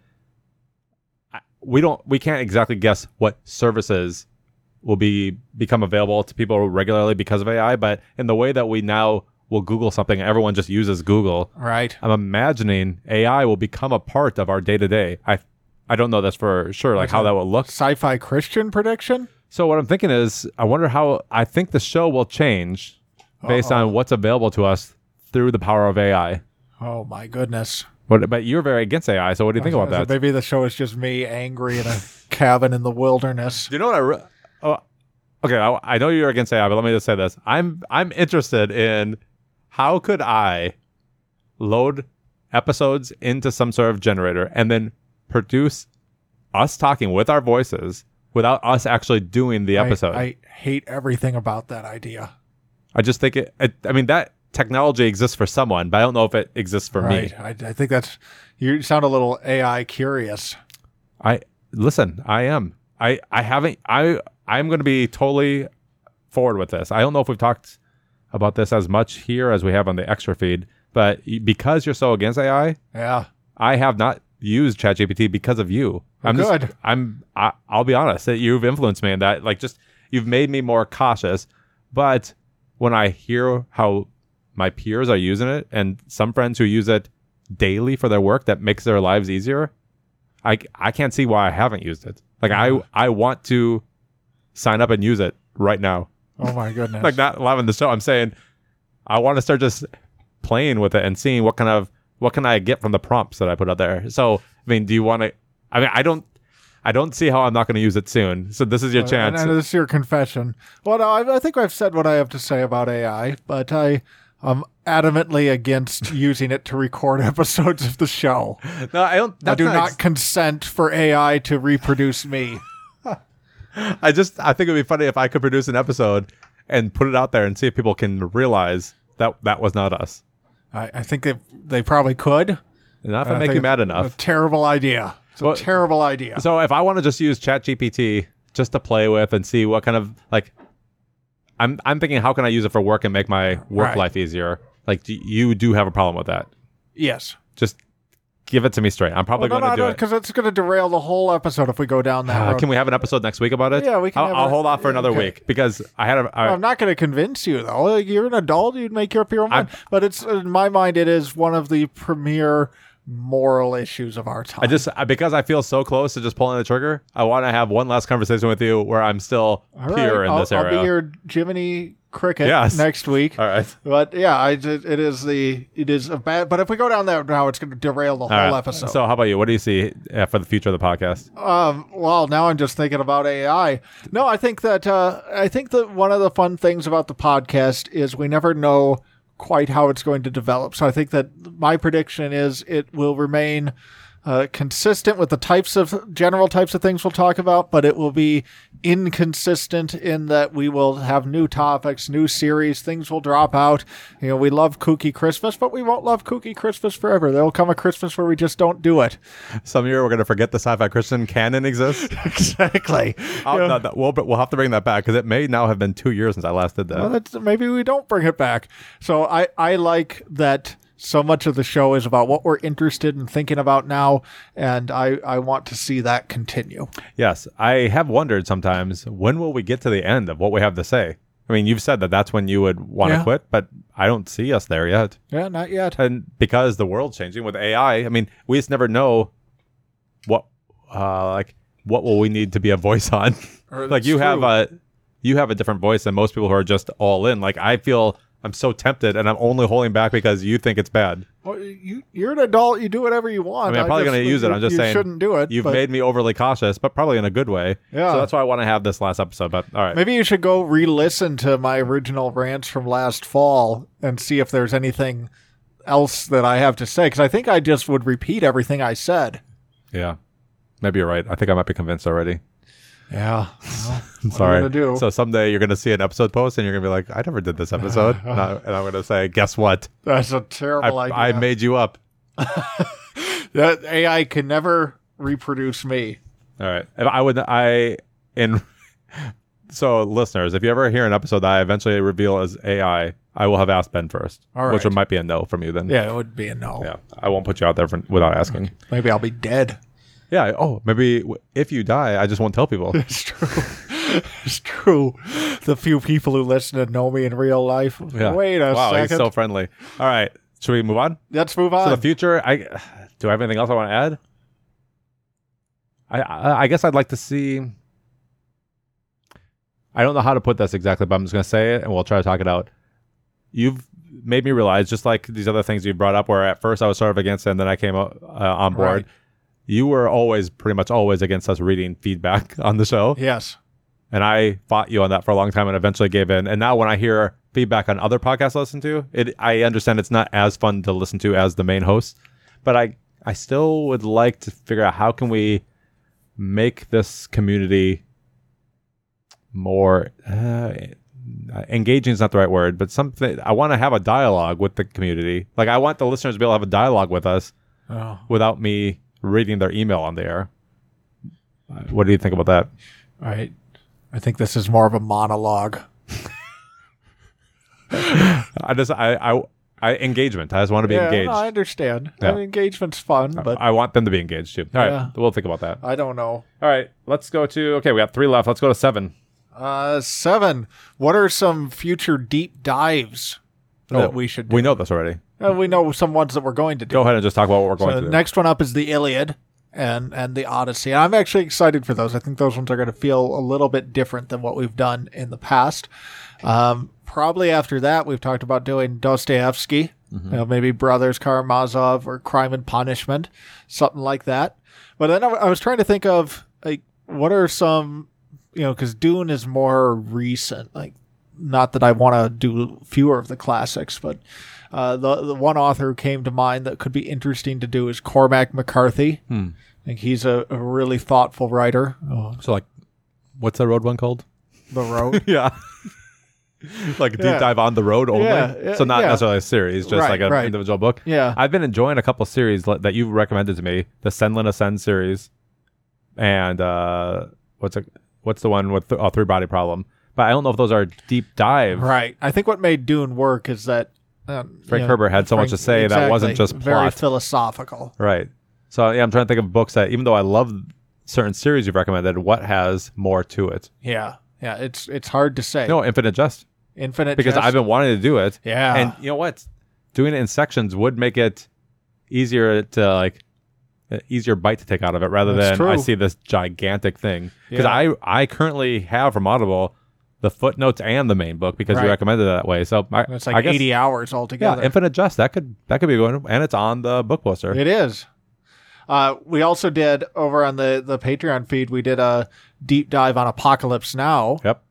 Speaker 1: I- We don't. We can't exactly guess what services will be become available to people regularly because of AI. But in the way that we now will Google something, everyone just uses Google.
Speaker 2: Right.
Speaker 1: I'm imagining AI will become a part of our day to day. I I don't know this for sure, like how that will look.
Speaker 2: Sci fi Christian prediction?
Speaker 1: So what I'm thinking is, I wonder how I think the show will change based on what's available to us through the power of AI.
Speaker 2: Oh, my goodness.
Speaker 1: What, but you're very against AI, so what do you think about
Speaker 2: So
Speaker 1: that?
Speaker 2: maybe the show is just me angry in a cabin in the wilderness.
Speaker 1: Do you know what I? Re- oh, okay, I, I know you're against AI, but let me just say this: I'm I'm interested in how could I load episodes into some sort of generator and then produce us talking with our voices without us actually doing the
Speaker 2: I-
Speaker 1: episode.
Speaker 2: I, hate everything about that idea.
Speaker 1: I just think it. I, I mean, that technology exists for someone, but I don't know if it exists for
Speaker 2: Right.
Speaker 1: me.
Speaker 2: I, I think that's you sound a little AI curious.
Speaker 1: I listen. I am. I I haven't. I I'm going to be totally forward with this. I don't know if we've talked about this as much here as we have on the extra feed, but y- because you're so against AI,
Speaker 2: Yeah.
Speaker 1: I have not used ChatGPT because of you. I'm just-
Speaker 2: good.
Speaker 1: I'm. I, I'll be honest that you've influenced me in that. Like, just you've made me more cautious. But when I hear how my peers are using it, and some friends who use it daily for their work, that makes their lives easier. I I can't see why I haven't used it. Like I I want to sign up and use it right now.
Speaker 2: Oh my goodness.
Speaker 1: Like not live on the show. I'm saying I want to start just playing with it and seeing what kind of what can I get from the prompts that I put out there. So I mean, do you want to? I mean, I don't. I don't see how I'm not going to use it soon. So this is your
Speaker 2: And-
Speaker 1: chance.
Speaker 2: And, this is your confession. Well, no, I, I think I've said what I have to say about AI, but I am adamantly against using it to record episodes of the show.
Speaker 1: no, I don't.
Speaker 2: I
Speaker 1: that's
Speaker 2: do not
Speaker 1: ex-
Speaker 2: consent for AI to reproduce me.
Speaker 1: I just. I think it'd be funny if I could produce an episode and put it out there and see if people can realize that that was not us.
Speaker 2: I, I think they they probably could.
Speaker 1: Not if
Speaker 2: I
Speaker 1: I make
Speaker 2: think
Speaker 1: you mad
Speaker 2: A
Speaker 1: enough.
Speaker 2: terrible idea. It's a
Speaker 1: Well-
Speaker 2: terrible idea.
Speaker 1: So if I want to just use ChatGPT just to play with and see what kind of like, I'm I'm thinking how can I use it for work and make my work
Speaker 2: Right.
Speaker 1: life easier. Like do, you do have a problem with that.
Speaker 2: yes.
Speaker 1: Just give it to me straight. I'm probably
Speaker 2: Well,
Speaker 1: going to do it.
Speaker 2: because it's going to derail the whole episode if we go down that
Speaker 1: Uh,
Speaker 2: road.
Speaker 1: can we have an episode next week about it?
Speaker 2: Yeah, we can
Speaker 1: I'll,
Speaker 2: have
Speaker 1: I'll
Speaker 2: a-
Speaker 1: hold off for another
Speaker 2: okay. Um,
Speaker 1: week because I had a. I,
Speaker 2: I'm not going to convince you though. You're an adult; you'd make up your own mind. But it's in my mind, it is one of the premier moral issues of our time.
Speaker 1: I just I, because I feel so close to just pulling the trigger. I want to have one last conversation with you where I'm still
Speaker 2: All
Speaker 1: pure
Speaker 2: right,
Speaker 1: in
Speaker 2: I'll,
Speaker 1: this
Speaker 2: I'll
Speaker 1: area.
Speaker 2: be your Jiminy Cricket
Speaker 1: Yes.
Speaker 2: next week.
Speaker 1: All right.
Speaker 2: But yeah, I, it it is the it is a bad. But if we go down that route, it's going to derail the whole
Speaker 1: All right.
Speaker 2: episode.
Speaker 1: So how about you? What do you see uh, for the future of the podcast?
Speaker 2: Um, well, now I'm just thinking about AI. No, I think that uh, I think that one of the fun things about the podcast is we never know quite how it's going to develop. So I think that my prediction is it will remain uh, consistent with the types of general types of things we'll talk about, but it will be inconsistent in that we will have new topics, new series, things will drop out. You know, we love kooky Christmas, but we won't love kooky Christmas forever. There will come a Christmas where we just don't do it.
Speaker 1: Some year we're gonna forget the sci-fi Christian canon exists.
Speaker 2: exactly.
Speaker 1: Oh, no, that- we'll we'll have to bring that back because it may now have been two years since I last did that.
Speaker 2: Well, that's, maybe we don't bring it back. So I, I like that so much of the show is about what we're interested in thinking about now, and I, I want to see that continue.
Speaker 1: yes, I have wondered sometimes when will we get to the end of what we have to say. I mean, you've said that that's when you would want to
Speaker 2: Yeah.
Speaker 1: quit, but I don't see us there yet.
Speaker 2: Yeah, not yet.
Speaker 1: And because the world's changing with AI, I mean, we just never know what uh, like what will we need to be a voice on.
Speaker 2: Or
Speaker 1: like
Speaker 2: that's
Speaker 1: you have
Speaker 2: true.
Speaker 1: a you have a different voice than most people who are just all in. Like I feel I'm so tempted, and I'm only holding back because you think it's bad.
Speaker 2: Well, you you're an adult. You do whatever you want.
Speaker 1: I mean, I'm probably
Speaker 2: just-
Speaker 1: gonna use it,
Speaker 2: you-
Speaker 1: I'm just
Speaker 2: you
Speaker 1: saying,
Speaker 2: shouldn't do it.
Speaker 1: You've
Speaker 2: but
Speaker 1: made me overly cautious, but probably in a good way.
Speaker 2: Yeah.
Speaker 1: So that's why I want to have this last episode. But all right,
Speaker 2: Maybe you should go re-listen to my original rants from last fall and see if there's anything else that I have to say. Because I think I just would repeat everything I said.
Speaker 1: yeah, maybe you're right. I think I might be convinced already.
Speaker 2: Yeah.
Speaker 1: I'm
Speaker 2: are
Speaker 1: sorry.
Speaker 2: you gonna do?
Speaker 1: So someday you're gonna see an episode post, and you're gonna be like, "I never did this episode," and, I, am gonna say, "Guess what?
Speaker 2: That's a
Speaker 1: I,
Speaker 2: terrible idea.
Speaker 1: I made you up."
Speaker 2: that AI can never reproduce me.
Speaker 1: All right. And I would I in so listeners, if you ever hear an episode that I eventually reveal as AI, I will have asked Ben first,
Speaker 2: All right.
Speaker 1: which might be a no from you then.
Speaker 2: Yeah, it would be a no.
Speaker 1: Yeah. I won't put you out there for, without asking.
Speaker 2: Maybe I'll be dead.
Speaker 1: Yeah. Oh, maybe w- if you die, I just won't tell people.
Speaker 2: It's true. it's true. The few people who listen and know me in real life.
Speaker 1: Yeah.
Speaker 2: Wait a
Speaker 1: wow,
Speaker 2: second. Uh,
Speaker 1: he's so friendly. All right. Should we move on
Speaker 2: Let's move on.
Speaker 1: to the future? I do I have anything else I want to add? I, I I guess I'd like to see. I don't know how to put this exactly, but I'm just going to say it, and we'll try to talk it out. You've made me realize, just like these other things you brought up, where at first I was sort of against it, and then I came uh, uh, on board.
Speaker 2: Right.
Speaker 1: You were always, pretty much always, against us reading feedback on the show.
Speaker 2: yes.
Speaker 1: And I fought you on that for a long time and eventually gave in. And now when I hear feedback on other podcasts I listen to, it I understand it's not as fun to listen to as the main host. But I I still would like to figure out how can we make this community more uh, engaging is not the right word, but something I want to have a dialogue with the community. Like I want the listeners to be able to have a dialogue with us
Speaker 2: Oh.
Speaker 1: without me reading their email on the air. Uh, What do you think about that?
Speaker 2: I, I think this is more of a monologue.
Speaker 1: I just I I, I engagement. I just want to be
Speaker 2: yeah,
Speaker 1: engaged.
Speaker 2: no, I understand.
Speaker 1: Yeah.
Speaker 2: I mean, engagement's fun, but
Speaker 1: I want them to be engaged too. All right,
Speaker 2: Yeah.
Speaker 1: we'll think about that.
Speaker 2: Oh, I don't know.
Speaker 1: All right, let's go to okay. We got three left. Let's go to seven.
Speaker 2: Uh, seven. What are some future deep dives that we should do?
Speaker 1: We know this already.
Speaker 2: Uh, we know some ones that we're going to do.
Speaker 1: Go ahead and just talk about what we're going
Speaker 2: So
Speaker 1: to
Speaker 2: the
Speaker 1: do.
Speaker 2: next one up is the Iliad and and the Odyssey. And I'm actually excited for those. I think those ones are going to feel a little bit different than what we've done in the past. Um, probably after that, we've talked about doing Dostoevsky,
Speaker 1: Mm-hmm.
Speaker 2: you know, maybe Brothers Karamazov or Crime and Punishment, something like that. But then I, I was trying to think of like what are some you know because Dune is more recent. Like, not that I want to do fewer of the classics, but uh, the the one author who came to mind that could be interesting to do is Cormac McCarthy.
Speaker 1: Hmm.
Speaker 2: I think he's a, a really thoughtful writer. Oh,
Speaker 1: So like, what's the road one called?
Speaker 2: the road.
Speaker 1: Yeah. like deep
Speaker 2: Yeah.
Speaker 1: dive on the road only.
Speaker 2: Yeah, yeah,
Speaker 1: so not
Speaker 2: yeah.
Speaker 1: necessarily a series, just
Speaker 2: Right,
Speaker 1: like an
Speaker 2: right.
Speaker 1: individual book.
Speaker 2: Yeah.
Speaker 1: I've been enjoying a couple series li- that you've recommended to me, the Senlin Ascend series, and uh, what's a, what's the one with the, oh, three body problem? But I don't know if those are deep dive.
Speaker 2: right. I think what made Dune work is that um,
Speaker 1: Frank
Speaker 2: you know,
Speaker 1: Herbert had so much to
Speaker 2: Frank-
Speaker 1: say that wasn't
Speaker 2: exactly.
Speaker 1: just
Speaker 2: very
Speaker 1: plot.
Speaker 2: philosophical.
Speaker 1: Right. So yeah, I'm trying to think of books that, even though I love certain series you've recommended, what has more to it?
Speaker 2: Yeah. Yeah. It's it's hard to say.
Speaker 1: No, Infinite Jest,
Speaker 2: Infinite
Speaker 1: because
Speaker 2: Jest-
Speaker 1: I've been wanting to do it.
Speaker 2: yeah.
Speaker 1: And you know what? Doing it in sections would make it easier to like an easier bite to take out of it rather
Speaker 2: That's
Speaker 1: than I
Speaker 2: true.
Speaker 1: see this gigantic thing. Because
Speaker 2: Yeah.
Speaker 1: I I currently have from Audible the footnotes and the main book because you
Speaker 2: Right.
Speaker 1: recommended it that way. So I,
Speaker 2: it's
Speaker 1: I
Speaker 2: like
Speaker 1: guess,
Speaker 2: 80 hours
Speaker 1: Yeah,
Speaker 2: altogether.
Speaker 1: Infinite Jest that could that could be going and it's on the book poster.
Speaker 2: It is. Uh, we also did over on the, the Patreon feed. We did a deep dive on Apocalypse Now.
Speaker 1: Yep.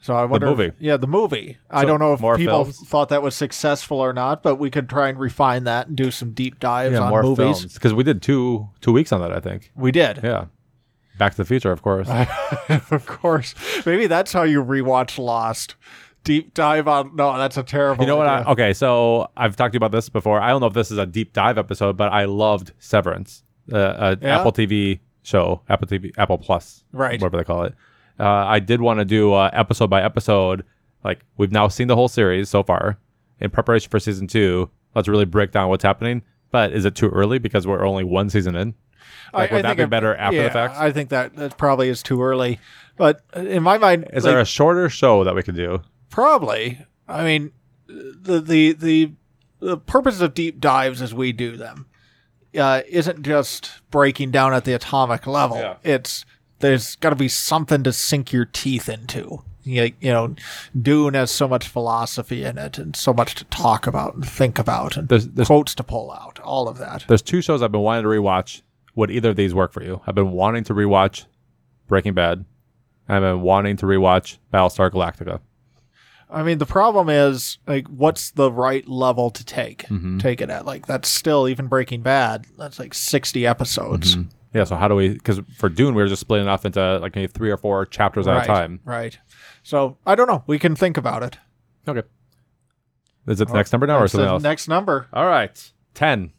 Speaker 2: So I wonder. if-
Speaker 1: movie.
Speaker 2: yeah, the movie. I
Speaker 1: So,
Speaker 2: don't know if
Speaker 1: more
Speaker 2: people
Speaker 1: films?
Speaker 2: thought that was successful or not, but we could try and refine that and do some deep dives on movies.
Speaker 1: because we did two two weeks on that. I think.
Speaker 2: We did.
Speaker 1: Yeah, Back to the Future, of course.
Speaker 2: of course. Maybe that's how you rewatch Lost. Deep dive on. No, that's a terrible.
Speaker 1: you know what? I,
Speaker 2: idea.
Speaker 1: okay, so I've talked to you about this before. I don't know if this is a deep dive episode, but I loved Severance, uh, a
Speaker 2: Yeah?
Speaker 1: Apple TV show, Apple TV, Apple Plus,
Speaker 2: Right.
Speaker 1: Whatever they call it. Uh, I did want to do uh, episode by episode. Like we've now seen the whole series so far in preparation for season two. Let's really break down what's happening. But is it too early because we're only one season in? Like, would that be
Speaker 2: it-
Speaker 1: better after the
Speaker 2: yeah,
Speaker 1: fact?
Speaker 2: I think that that probably is too early. But in my mind,
Speaker 1: Is
Speaker 2: like,
Speaker 1: there a shorter show that we could do?
Speaker 2: Probably. I mean, the the the the purpose of deep dives as we do them uh, isn't just breaking down at the atomic level.
Speaker 1: Yeah.
Speaker 2: It's there's got to be something to sink your teeth into. you you know, Dune has so much philosophy in it and so much to talk about and think about and
Speaker 1: There's there's
Speaker 2: quotes to pull out, all of that.
Speaker 1: there's two shows I've been wanting to rewatch. Would either of these work for you? I've been wanting to rewatch Breaking Bad. and I've been wanting to rewatch Battlestar Galactica.
Speaker 2: I mean, the problem is like, what's the right level to take?
Speaker 1: Mm-hmm.
Speaker 2: Take it at like that's still even Breaking Bad. That's like sixty
Speaker 1: Mm-hmm.
Speaker 2: episodes.
Speaker 1: Yeah, so how do we? Because for Dune, we were just splitting off into like maybe three or four chapters at
Speaker 2: right,
Speaker 1: a time.
Speaker 2: right. So I don't know. We can think about it.
Speaker 1: Okay. Is it the next number now or
Speaker 2: That's
Speaker 1: something
Speaker 2: the
Speaker 1: else?
Speaker 2: next number,
Speaker 1: All right, ten.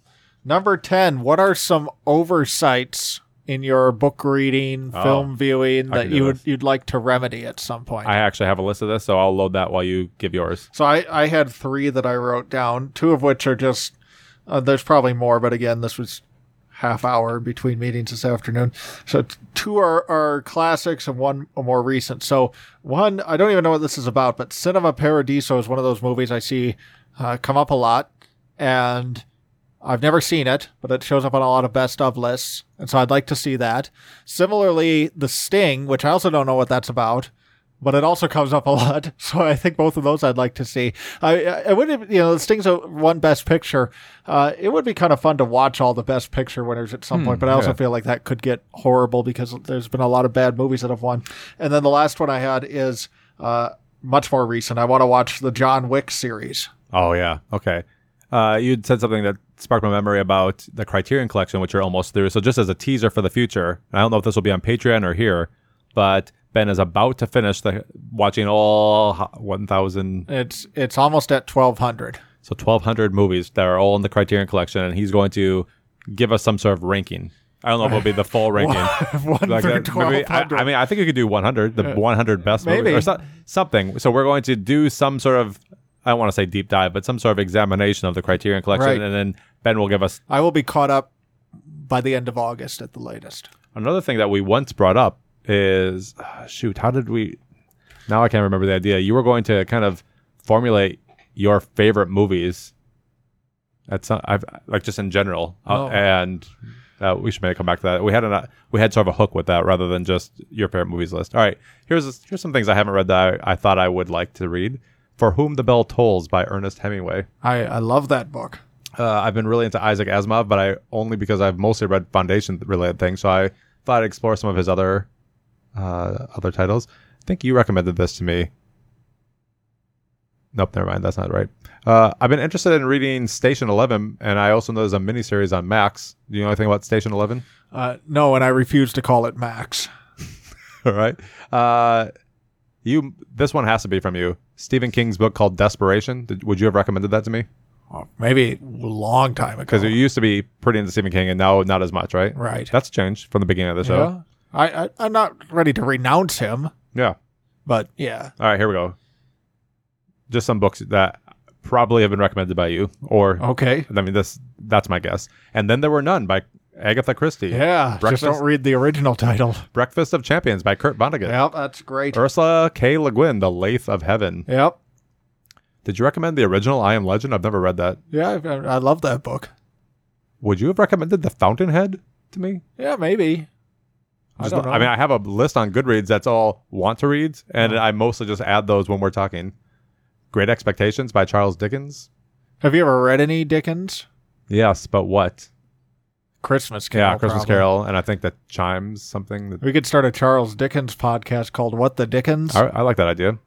Speaker 2: number ten. What are some oversights in your book reading,
Speaker 1: Oh,
Speaker 2: film viewing
Speaker 1: I
Speaker 2: that
Speaker 1: can do
Speaker 2: you would
Speaker 1: this.
Speaker 2: you'd like to remedy at some point?
Speaker 1: I actually have a list of this, so I'll load that while you give yours.
Speaker 2: So I, I had three that I wrote down, two of which are just, uh, there's probably more, but again, this was half hour between meetings this afternoon. So t- two are, are classics and one are more recent. So one, I don't even know what this is about, but Cinema Paradiso is one of those movies I see uh, come up a lot and I've never seen it, but it shows up on a lot of best of lists. And so I'd like to see that. Similarly, The Sting, which I also don't know what that's about but it also comes up a lot. So I think both of those I'd like to see. I, I I would, you know, the Sting's a one Best Picture. Uh, it would be kind of fun to watch all the Best Picture winners at some point, but I also
Speaker 1: Hmm, yeah.
Speaker 2: feel like that could get horrible because there's been a lot of bad movies that have won. And then the last one I had is uh, much more recent. I want to watch the John Wick series.
Speaker 1: Oh yeah. Okay. Uh, you'd said something that sparked my memory about the Criterion Collection, which you're almost through. So just as a teaser for the future, I don't know if this will be on Patreon or here, but Ben is about to finish the watching all ho- 1,000,
Speaker 2: It's it's almost at twelve hundred.
Speaker 1: so 1,200 movies that are all in the Criterion Collection, and he's going to give us some sort of ranking. I don't know if it'll be the full ranking.
Speaker 2: one
Speaker 1: Like
Speaker 2: through
Speaker 1: that, maybe-
Speaker 2: twelve
Speaker 1: I,
Speaker 2: hundred.
Speaker 1: I mean, I think you could do 100, the 100 best movies,
Speaker 2: Maybe.
Speaker 1: or so, something. So we're going to do some sort of, I don't want to say deep dive, but some sort of examination of the Criterion Collection,
Speaker 2: Right.
Speaker 1: and then Ben will give us
Speaker 2: I will be caught up by the end of August at the latest.
Speaker 1: another thing that we once brought up. Is ah, shoot, how did we? Now I can't remember the idea. You were going to kind of formulate your favorite movies. That's not, I've, like just in general, uh,
Speaker 2: Oh.
Speaker 1: and uh, we should maybe come back to that. We had an, uh, we had sort of a hook with that rather than just your favorite movies list. All right, here's here's some things I haven't read that I, I thought I would like to read. For Whom the Bell Tolls by Ernest Hemingway.
Speaker 2: I, I love that book.
Speaker 1: Uh, I've been really into Isaac Asimov, but I only because I've mostly read Foundation related things. So I thought I'd explore some of his other uh, other titles. I think you recommended this to me. Nope, never mind. That's not right. Uh, I've been interested in reading Station Eleven, and I also know there's a miniseries on Max. Do you know anything about Station Eleven?
Speaker 2: Uh, no, and I refuse to call it Max.
Speaker 1: All right. Uh, you. This one has to be from you. Stephen King's book called Desperation. Did, would you have recommended that to me?
Speaker 2: Well, maybe a long time ago.
Speaker 1: Because you used to be pretty into Stephen King, and now not as much, right?
Speaker 2: right.
Speaker 1: That's changed from the beginning of the show.
Speaker 2: yeah. I, I I'm not ready to renounce him,
Speaker 1: Yeah.
Speaker 2: but yeah.
Speaker 1: All right, here we go. Just some books that probably have been recommended by you, or
Speaker 2: Okay.
Speaker 1: I mean, this that's my guess. And then there were none by Agatha Christie.
Speaker 2: Yeah.
Speaker 1: Breakfast?
Speaker 2: Just don't read the original title.
Speaker 1: Breakfast of Champions by Kurt Vonnegut.
Speaker 2: Yep, that's great.
Speaker 1: Ursula K. Le Guin, The Lathe of Heaven.
Speaker 2: Yep.
Speaker 1: Did you recommend the original I Am Legend? I've never read that.
Speaker 2: Yeah, I, I love that book.
Speaker 1: Would you have recommended The Fountainhead to me?
Speaker 2: Yeah, maybe. I
Speaker 1: Just
Speaker 2: don't
Speaker 1: not-
Speaker 2: know.
Speaker 1: I mean, I have a list on Goodreads that's all want to reads, and I mostly just add those when we're talking. Great Expectations by Charles Dickens.
Speaker 2: Have you ever read any Dickens?
Speaker 1: Yes, but what?
Speaker 2: Christmas Carol.
Speaker 1: Yeah, Christmas
Speaker 2: probably.
Speaker 1: Carol, and I think that chimes something. That,
Speaker 2: We could start a Charles Dickens podcast called "What the Dickens."
Speaker 1: I, I like that idea.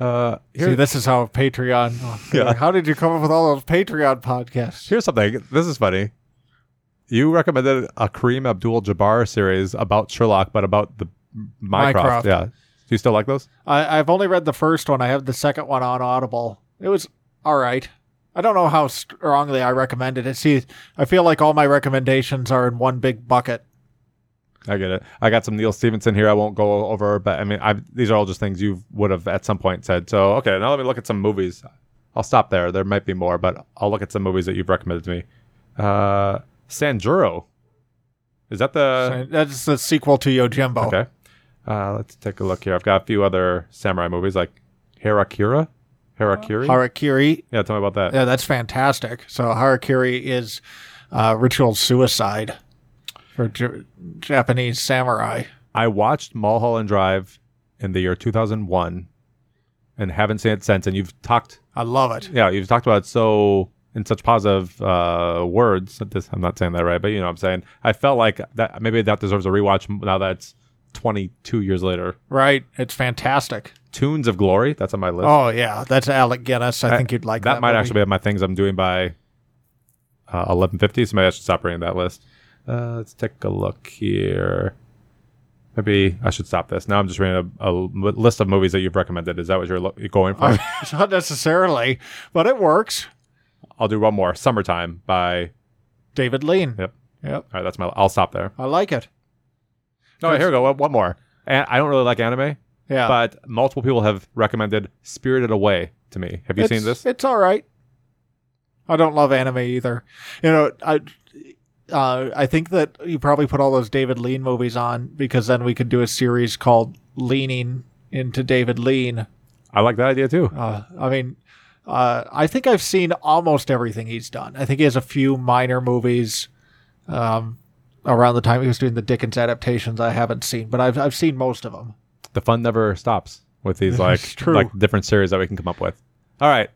Speaker 1: Uh,
Speaker 2: See,
Speaker 1: here,
Speaker 2: this is how Patreon. oh,
Speaker 1: Yeah.
Speaker 2: How did you come up with all those Patreon podcasts?
Speaker 1: here's something. This is funny. You recommended a Kareem Abdul-Jabbar series about Sherlock, but about the Mycroft.
Speaker 2: Mycroft.
Speaker 1: Yeah. Do you still like those?
Speaker 2: I, I've only read the first one. I have the second one on Audible. It was all right. I don't know how strongly I recommended it. See, I feel like all my recommendations are in one big bucket.
Speaker 1: I get it. I got some Neil Stevenson here. I won't go over, but I mean, I've, these are all just things you would have at some point said. So, okay, now let me look at some movies. I'll stop there. There might be more, but I'll look at some movies that you've recommended to me. Uh, Sanjuro. Is that the
Speaker 2: So that's the sequel to Yojimbo.
Speaker 1: Uh, Okay. Uh, let's take a look here. I've got a few other samurai movies like Harakira. Harakiri?
Speaker 2: Harakiri.
Speaker 1: yeah, tell me about that.
Speaker 2: Yeah, that's fantastic. So Harakiri is uh, ritual suicide for J- Japanese samurai.
Speaker 1: I watched Mulholland Drive in the year 2001 and haven't seen it since. And you've talked,
Speaker 2: I love it.
Speaker 1: yeah, you've talked about it so in such positive uh, words. This, I'm not saying that right, but you know what I'm saying. I felt like that maybe that deserves a rewatch now that's 22 years later.
Speaker 2: Right? It's fantastic.
Speaker 1: Tunes of Glory, that's on my list.
Speaker 2: Oh yeah, that's Alec Guinness. I, think you'd like that.
Speaker 1: that, might
Speaker 2: movie.
Speaker 1: actually be on my things I'm doing by uh, 1150. So maybe I should stop reading that list. Uh, let's take a look here. Maybe I should stop this. Now I'm just reading a, a list of movies that you've recommended. Is that what you're, lo- you're going for?
Speaker 2: not necessarily, but it works.
Speaker 1: I'll do one more. Summertime by.
Speaker 2: David Lean.
Speaker 1: Yep.
Speaker 2: Yep.
Speaker 1: All right, that's my. I'll stop there.
Speaker 2: I like it.
Speaker 1: No, here we go. One one more. And I don't really like anime,
Speaker 2: Yeah.
Speaker 1: but multiple people have recommended Spirited Away to me. Have you
Speaker 2: it's,
Speaker 1: seen this?
Speaker 2: It's all right. I don't love anime either. You know, I uh, I think that you probably put all those David Lean movies on because then we could do a series called Leaning into David Lean.
Speaker 1: I like that idea too.
Speaker 2: Uh, I mean, uh, I think I've seen almost everything he's done. I think he has a few minor movies um, around the time he was doing the Dickens adaptations I haven't seen, but I've I've seen most of them.
Speaker 1: the fun never stops with these like
Speaker 2: It's true.
Speaker 1: like different series that we can come up with. All right.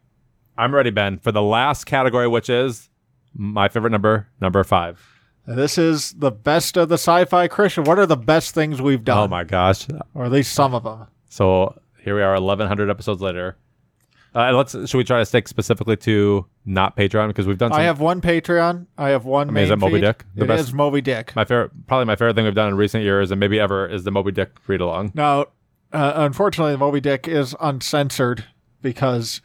Speaker 1: I'm ready, Ben, for the last category, which is my favorite number, number five.
Speaker 2: This is the best of the sci-fi Christian. What are the best things we've done?
Speaker 1: Oh my gosh.
Speaker 2: or at least some of them.
Speaker 1: So here we are, 1,100 episodes later. Uh, and let's should we try to stick specifically to not Patreon because we've done some,
Speaker 2: I have one Patreon. I have one. main
Speaker 1: is it Moby
Speaker 2: feed.
Speaker 1: Dick? The
Speaker 2: It
Speaker 1: best-
Speaker 2: is Moby Dick.
Speaker 1: my favorite probably my favorite thing we've done in recent years and maybe ever is the Moby Dick read along.
Speaker 2: now, uh, unfortunately, the Moby Dick is uncensored because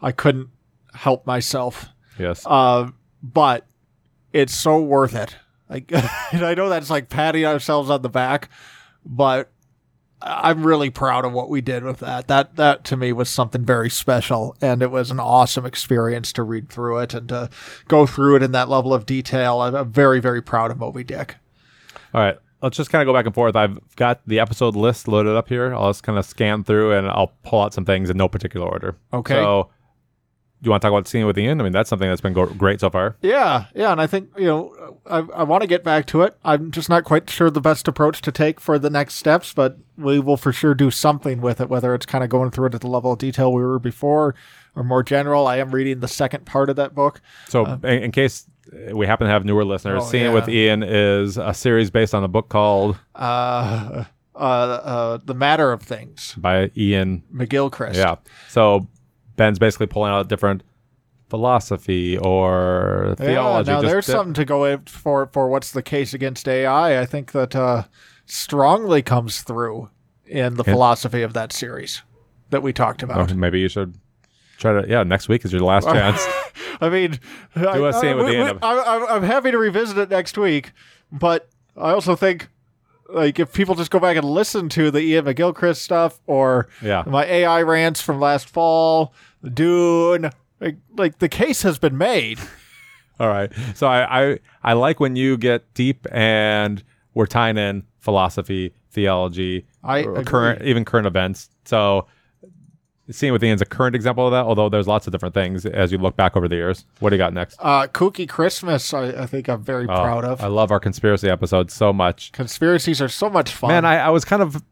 Speaker 2: I couldn't help myself.
Speaker 1: Yes,
Speaker 2: Uh, but it's so worth it. Like, and I know that's like patting ourselves on the back, but I- I'm really proud of what we did with that. That that to me was something very special, and it was an awesome experience to read through it and to go through it in that level of detail. I'm, I'm very very proud of Moby Dick.
Speaker 1: All right. Let's just kind of go back and forth. I've got the episode list loaded up here. I'll just kind of scan through and I'll pull out some things in no particular order.
Speaker 2: Okay.
Speaker 1: So, do you want to talk about Scene with the End? I mean, that's something that's been go- great so far.
Speaker 2: Yeah, yeah, and I think you know I, I want to get back to it. I'm just not quite sure the best approach to take for the next steps, but we will for sure do something with it. Whether it's kind of going through it at the level of detail we were before, or more general. I am reading the second part of that book.
Speaker 1: So, in, in case we happen to have newer listeners,
Speaker 2: Um, Oh,
Speaker 1: Scene
Speaker 2: yeah.
Speaker 1: with Ian is a series based on a book called
Speaker 2: Uh, uh, uh, the matter of things,
Speaker 1: by Ian.
Speaker 2: McGilchrist.
Speaker 1: Yeah. So, Ben's basically pulling out different philosophy or
Speaker 2: Yeah,
Speaker 1: theology.
Speaker 2: now
Speaker 1: just
Speaker 2: there's
Speaker 1: di-
Speaker 2: something to go in for for what's the case against AI. I think that uh, strongly comes through in the philosophy of that series that we talked about.
Speaker 1: Oh, maybe you should try to. Yeah, next week is your last chance.
Speaker 2: I mean, I,
Speaker 1: a
Speaker 2: I,
Speaker 1: scene with the end of-
Speaker 2: I, I, I'm happy to revisit it next week, but I also think like if people just go back and listen to the Ian McGilchrist stuff or
Speaker 1: Yeah.
Speaker 2: my AI rants from last fall, Dune, like, like the case has been made.
Speaker 1: All right. So I, I I like when you get deep and we're tying in philosophy, theology,
Speaker 2: I
Speaker 1: or
Speaker 2: agree.
Speaker 1: current even current events. So seeing with Ian's a current example of that, although there's lots of different things as you look back over the years. What do you got next?
Speaker 2: Uh, Kooky Christmas, I, I think I'm very
Speaker 1: Oh,
Speaker 2: proud of.
Speaker 1: I love our conspiracy episode so much.
Speaker 2: Conspiracies are so much fun.
Speaker 1: Man, I, I was kind of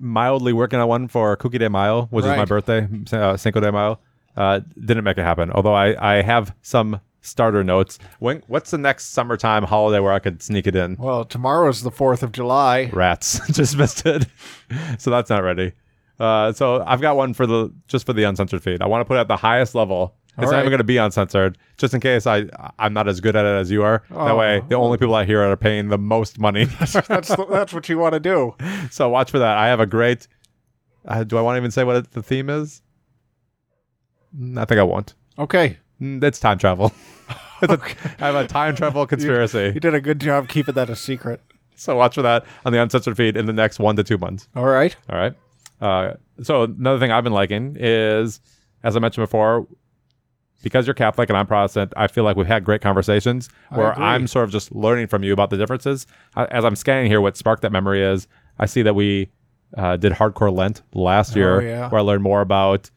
Speaker 1: mildly working on one for Cookie de Mayo, which is my
Speaker 2: Right.
Speaker 1: birthday, uh, Cinco de Mayo. Uh, didn't make it happen. Although I, I have some starter notes. When what's the next summertime holiday where I could sneak it in?
Speaker 2: well, tomorrow's the 4th of July.
Speaker 1: rats just missed it so that's not ready uh, so i've got one for the just for the uncensored feed i want to put it at the highest level it's not
Speaker 2: right.
Speaker 1: even going to be uncensored just in case i i'm not as good at it as you are that way the only people i hear are paying the most money
Speaker 2: that's, the, that's what you want to do.
Speaker 1: so watch for that i have a great uh, do i want to even say what it, the theme is Mm, i think i won't
Speaker 2: Okay.
Speaker 1: Mm, it's time travel It's a- I have a time travel conspiracy.
Speaker 2: You did a good job keeping that a secret.
Speaker 1: so watch for that on the uncensored feed in the next one to two months.
Speaker 2: All right.
Speaker 1: All right. Uh, so another thing I've been liking is, as I mentioned before, because you're Catholic and I'm Protestant, I feel like we've had great conversations where
Speaker 2: agree.
Speaker 1: I'm sort of just learning from you about the differences. I, as I'm scanning here, what sparked that memory is I see that we uh, did Hardcore Lent last year,
Speaker 2: Oh, yeah.
Speaker 1: where I learned more about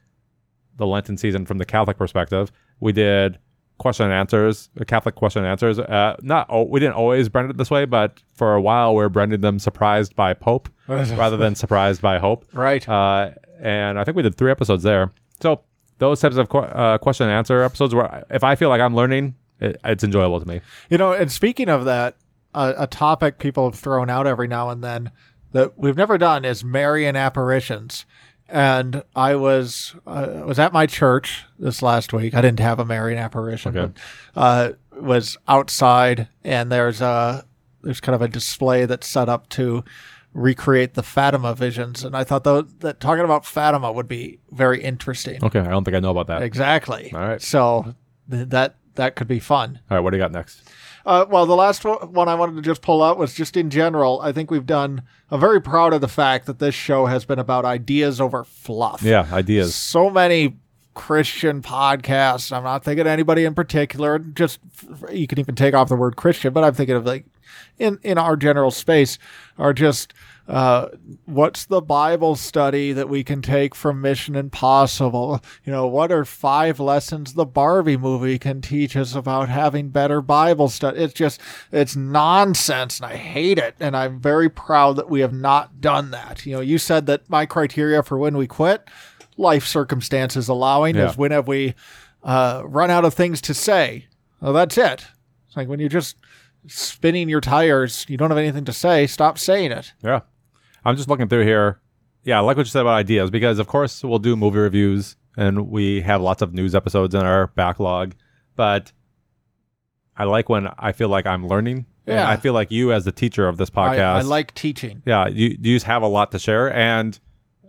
Speaker 1: the Lenten season from the Catholic perspective. We did question and answers, uh, Catholic question and answers. Uh, not oh, we didn't always brand it this way, but for a while we are branding them surprised by Pope rather than surprised by hope.
Speaker 2: Right.
Speaker 1: Uh, and I think we did three episodes there. So those types of qu- uh, question and answer episodes, where I- if I feel like I'm learning, it, it's enjoyable to me.
Speaker 2: You know, and speaking of that, a, a topic people have thrown out every now and then that we've never done is Marian apparitions. And I was uh, was at my church this last week. I didn't have a Marian apparition,
Speaker 1: Okay.
Speaker 2: but uh, was outside, and there's a there's kind of a display that's set up to recreate the Fatima visions. And I thought though that talking about Fatima would be very interesting.
Speaker 1: Okay, I don't think I know about that.
Speaker 2: Exactly.
Speaker 1: Oh. All right.
Speaker 2: So th- that that could be fun.
Speaker 1: All right, what do you got next?
Speaker 2: Uh, well, the last o- one I wanted to just pull out was just in general. I think we've done. I'm very proud of the fact that this show has been about ideas over fluff.
Speaker 1: Yeah, ideas.
Speaker 2: So many Christian podcasts. I'm not thinking of anybody in particular. Just f- you can even take off the word Christian, but I'm thinking of like in in our general space are just uh, what's the Bible study that we can take from Mission Impossible? You know, what are five lessons the Barbie movie can teach us about having better Bible study? It's just it's nonsense, and I hate it. And I'm very proud that we have not done that. You know, you said that my criteria for when we quit, life circumstances allowing,
Speaker 1: Yeah.
Speaker 2: is when have we uh, run out of things to say? Well, that's it. It's like when you're just spinning your tires, you don't have anything to say, stop saying it.
Speaker 1: Yeah. I'm just looking through here. Yeah, I like what you said about ideas because, of course, we'll do movie reviews and we have lots of news episodes in our backlog. But I like when I feel like I'm learning. And
Speaker 2: Yeah.
Speaker 1: I feel like you, as the teacher of this
Speaker 2: I,
Speaker 1: podcast,
Speaker 2: I like teaching.
Speaker 1: yeah, you, you just have a lot to share. And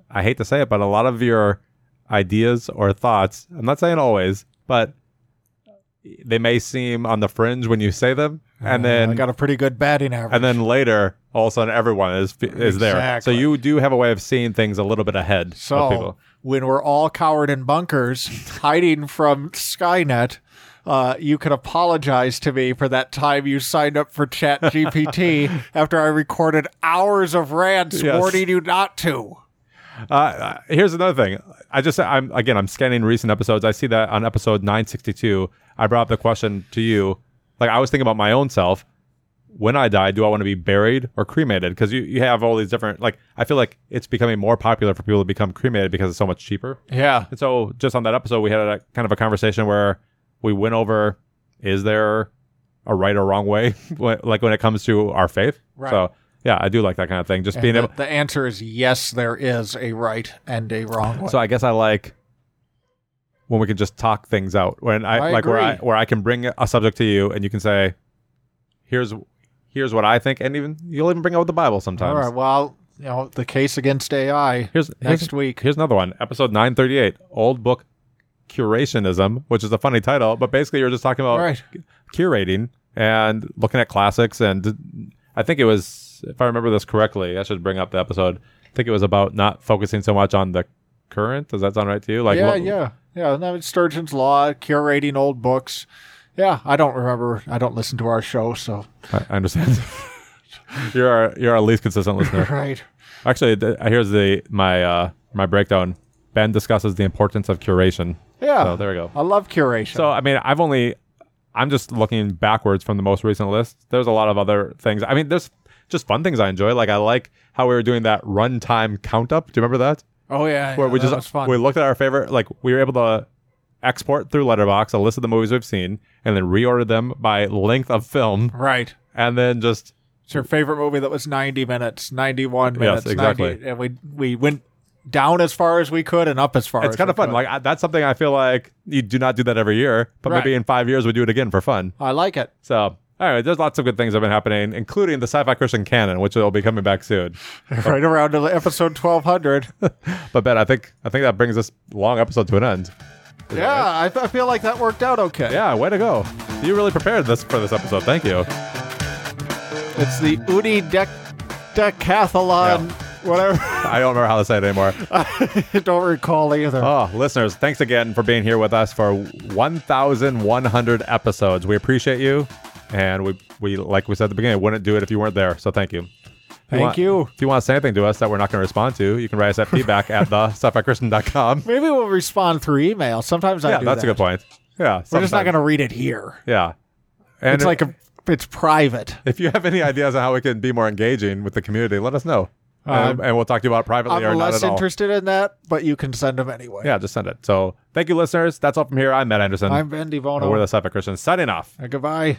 Speaker 1: I hate to say it, but a lot of your ideas or thoughts, I'm not saying always, but they may seem on the fringe when you say them. And
Speaker 2: Uh, I
Speaker 1: then
Speaker 2: got a pretty good batting average.
Speaker 1: and then later all of a sudden everyone is is there so
Speaker 2: Exactly.
Speaker 1: you do have a way of seeing things a little bit ahead of
Speaker 2: so
Speaker 1: people
Speaker 2: when we're all cowered in bunkers, hiding from Skynet, uh, you can apologize to me for that time you signed up for Chat GPT after I recorded hours of rants
Speaker 1: Yes.
Speaker 2: warning you not to.
Speaker 1: uh, uh, here's another thing i just i'm again i'm scanning recent episodes i see that on episode 962 i brought up the question to you like i was thinking about my own self when i die do i want to be buried or cremated because you, you have all these different like i feel like it's becoming more popular for people to become cremated because it's so much cheaper
Speaker 2: Yeah.
Speaker 1: And so, just on that episode, we had a kind of a conversation where we went over is there a right or wrong way, when- like when it comes to our faith.
Speaker 2: Right.
Speaker 1: So, yeah, I do like that kind of thing. Just
Speaker 2: And
Speaker 1: being
Speaker 2: the,
Speaker 1: able.
Speaker 2: the answer is yes, there is a right and a wrong way.
Speaker 1: So I guess I like when we can just talk things out. When I,
Speaker 2: I
Speaker 1: like where I
Speaker 2: agree.
Speaker 1: where I can bring a subject to you and you can say, here's here's what I think, and even you'll even bring out the Bible sometimes.
Speaker 2: All right. Well, you know, the case against AI
Speaker 1: Here's here's-
Speaker 2: next week.
Speaker 1: Here's another one, episode 938, old book curationism, which is a funny title, but basically you're just talking about
Speaker 2: All right.
Speaker 1: curating and looking at classics and d- I think it was if I remember this correctly, I should bring up the episode. I think it was about not focusing so much on the current. Does that sound right to you? Like
Speaker 2: yeah,
Speaker 1: lo-
Speaker 2: yeah, yeah. No, it's Sturgeon's Law, curating old books. Yeah, I don't remember. I don't listen to our show, so
Speaker 1: I, I understand. you're our, you're our least consistent listener.
Speaker 2: right.
Speaker 1: Actually, th- uh, here's the my uh my breakdown. Ben discusses the importance of curation.
Speaker 2: Yeah,
Speaker 1: So there we go.
Speaker 2: I love curation.
Speaker 1: So I mean, I've only I'm just looking backwards from the most recent list. There's a lot of other things. I mean, there's just fun things I enjoy. Like I like how we were doing that runtime count up. Do you remember that?
Speaker 2: oh yeah,
Speaker 1: Where
Speaker 2: yeah,
Speaker 1: we
Speaker 2: that
Speaker 1: just
Speaker 2: was fun.
Speaker 1: we looked at our favorite. Like we were able to export through Letterbox a list of the movies we've seen, and then reorder them by length of film,
Speaker 2: right.
Speaker 1: and then just
Speaker 2: It's your favorite movie that was ninety minutes, ninety-one minutes,
Speaker 1: exactly.
Speaker 2: 90, and we we went down as far as we could and up as far.
Speaker 1: it's
Speaker 2: as
Speaker 1: kind
Speaker 2: we
Speaker 1: of fun.
Speaker 2: could.
Speaker 1: Like I, that's something I feel like you do not do that every year, but
Speaker 2: Right.
Speaker 1: maybe in five years we do it again for fun.
Speaker 2: I like it.
Speaker 1: So. All right, there's lots of good things that have been happening, including the sci-fi Christian canon, which will be coming back soon.
Speaker 2: right around to episode twelve hundred.
Speaker 1: But Ben, I think I think that brings this long episode to an end.
Speaker 2: yeah, I, I feel like that worked out okay.
Speaker 1: Yeah, way to go! You really prepared this for this episode. Thank you.
Speaker 2: It's the Uni Dec- Decathlon, whatever.
Speaker 1: I don't remember how to say it anymore.
Speaker 2: I don't recall either.
Speaker 1: Oh, listeners, thanks again for being here with us for 1,100 episodes. We appreciate you, and we we like we said at the beginning, wouldn't do it if you weren't there. So thank you. If
Speaker 2: Thank
Speaker 1: want-
Speaker 2: you.
Speaker 1: If you want to say anything to us that we're not going to respond to, you can write us at feedback at the
Speaker 2: Maybe we'll respond through email. Sometimes I
Speaker 1: Yeah,
Speaker 2: do
Speaker 1: that's a
Speaker 2: that.
Speaker 1: good point. Yeah.
Speaker 2: We're just not
Speaker 1: sometime.
Speaker 2: going to read it here.
Speaker 1: Yeah. And
Speaker 2: it's
Speaker 1: if,
Speaker 2: like a, it's private.
Speaker 1: if you have any ideas on how we can be more engaging with the community, let us know. and, and we'll talk to you about it privately or
Speaker 2: Uh, I'm
Speaker 1: not
Speaker 2: less
Speaker 1: at all.
Speaker 2: interested in that, but you can send them anyway.
Speaker 1: yeah, just send it. So thank you, listeners. That's all from here. I'm Matt Anderson.
Speaker 2: I'm Ben
Speaker 1: and we're
Speaker 2: Devono.
Speaker 1: the Cypher Christians signing off.
Speaker 2: Uh, Goodbye.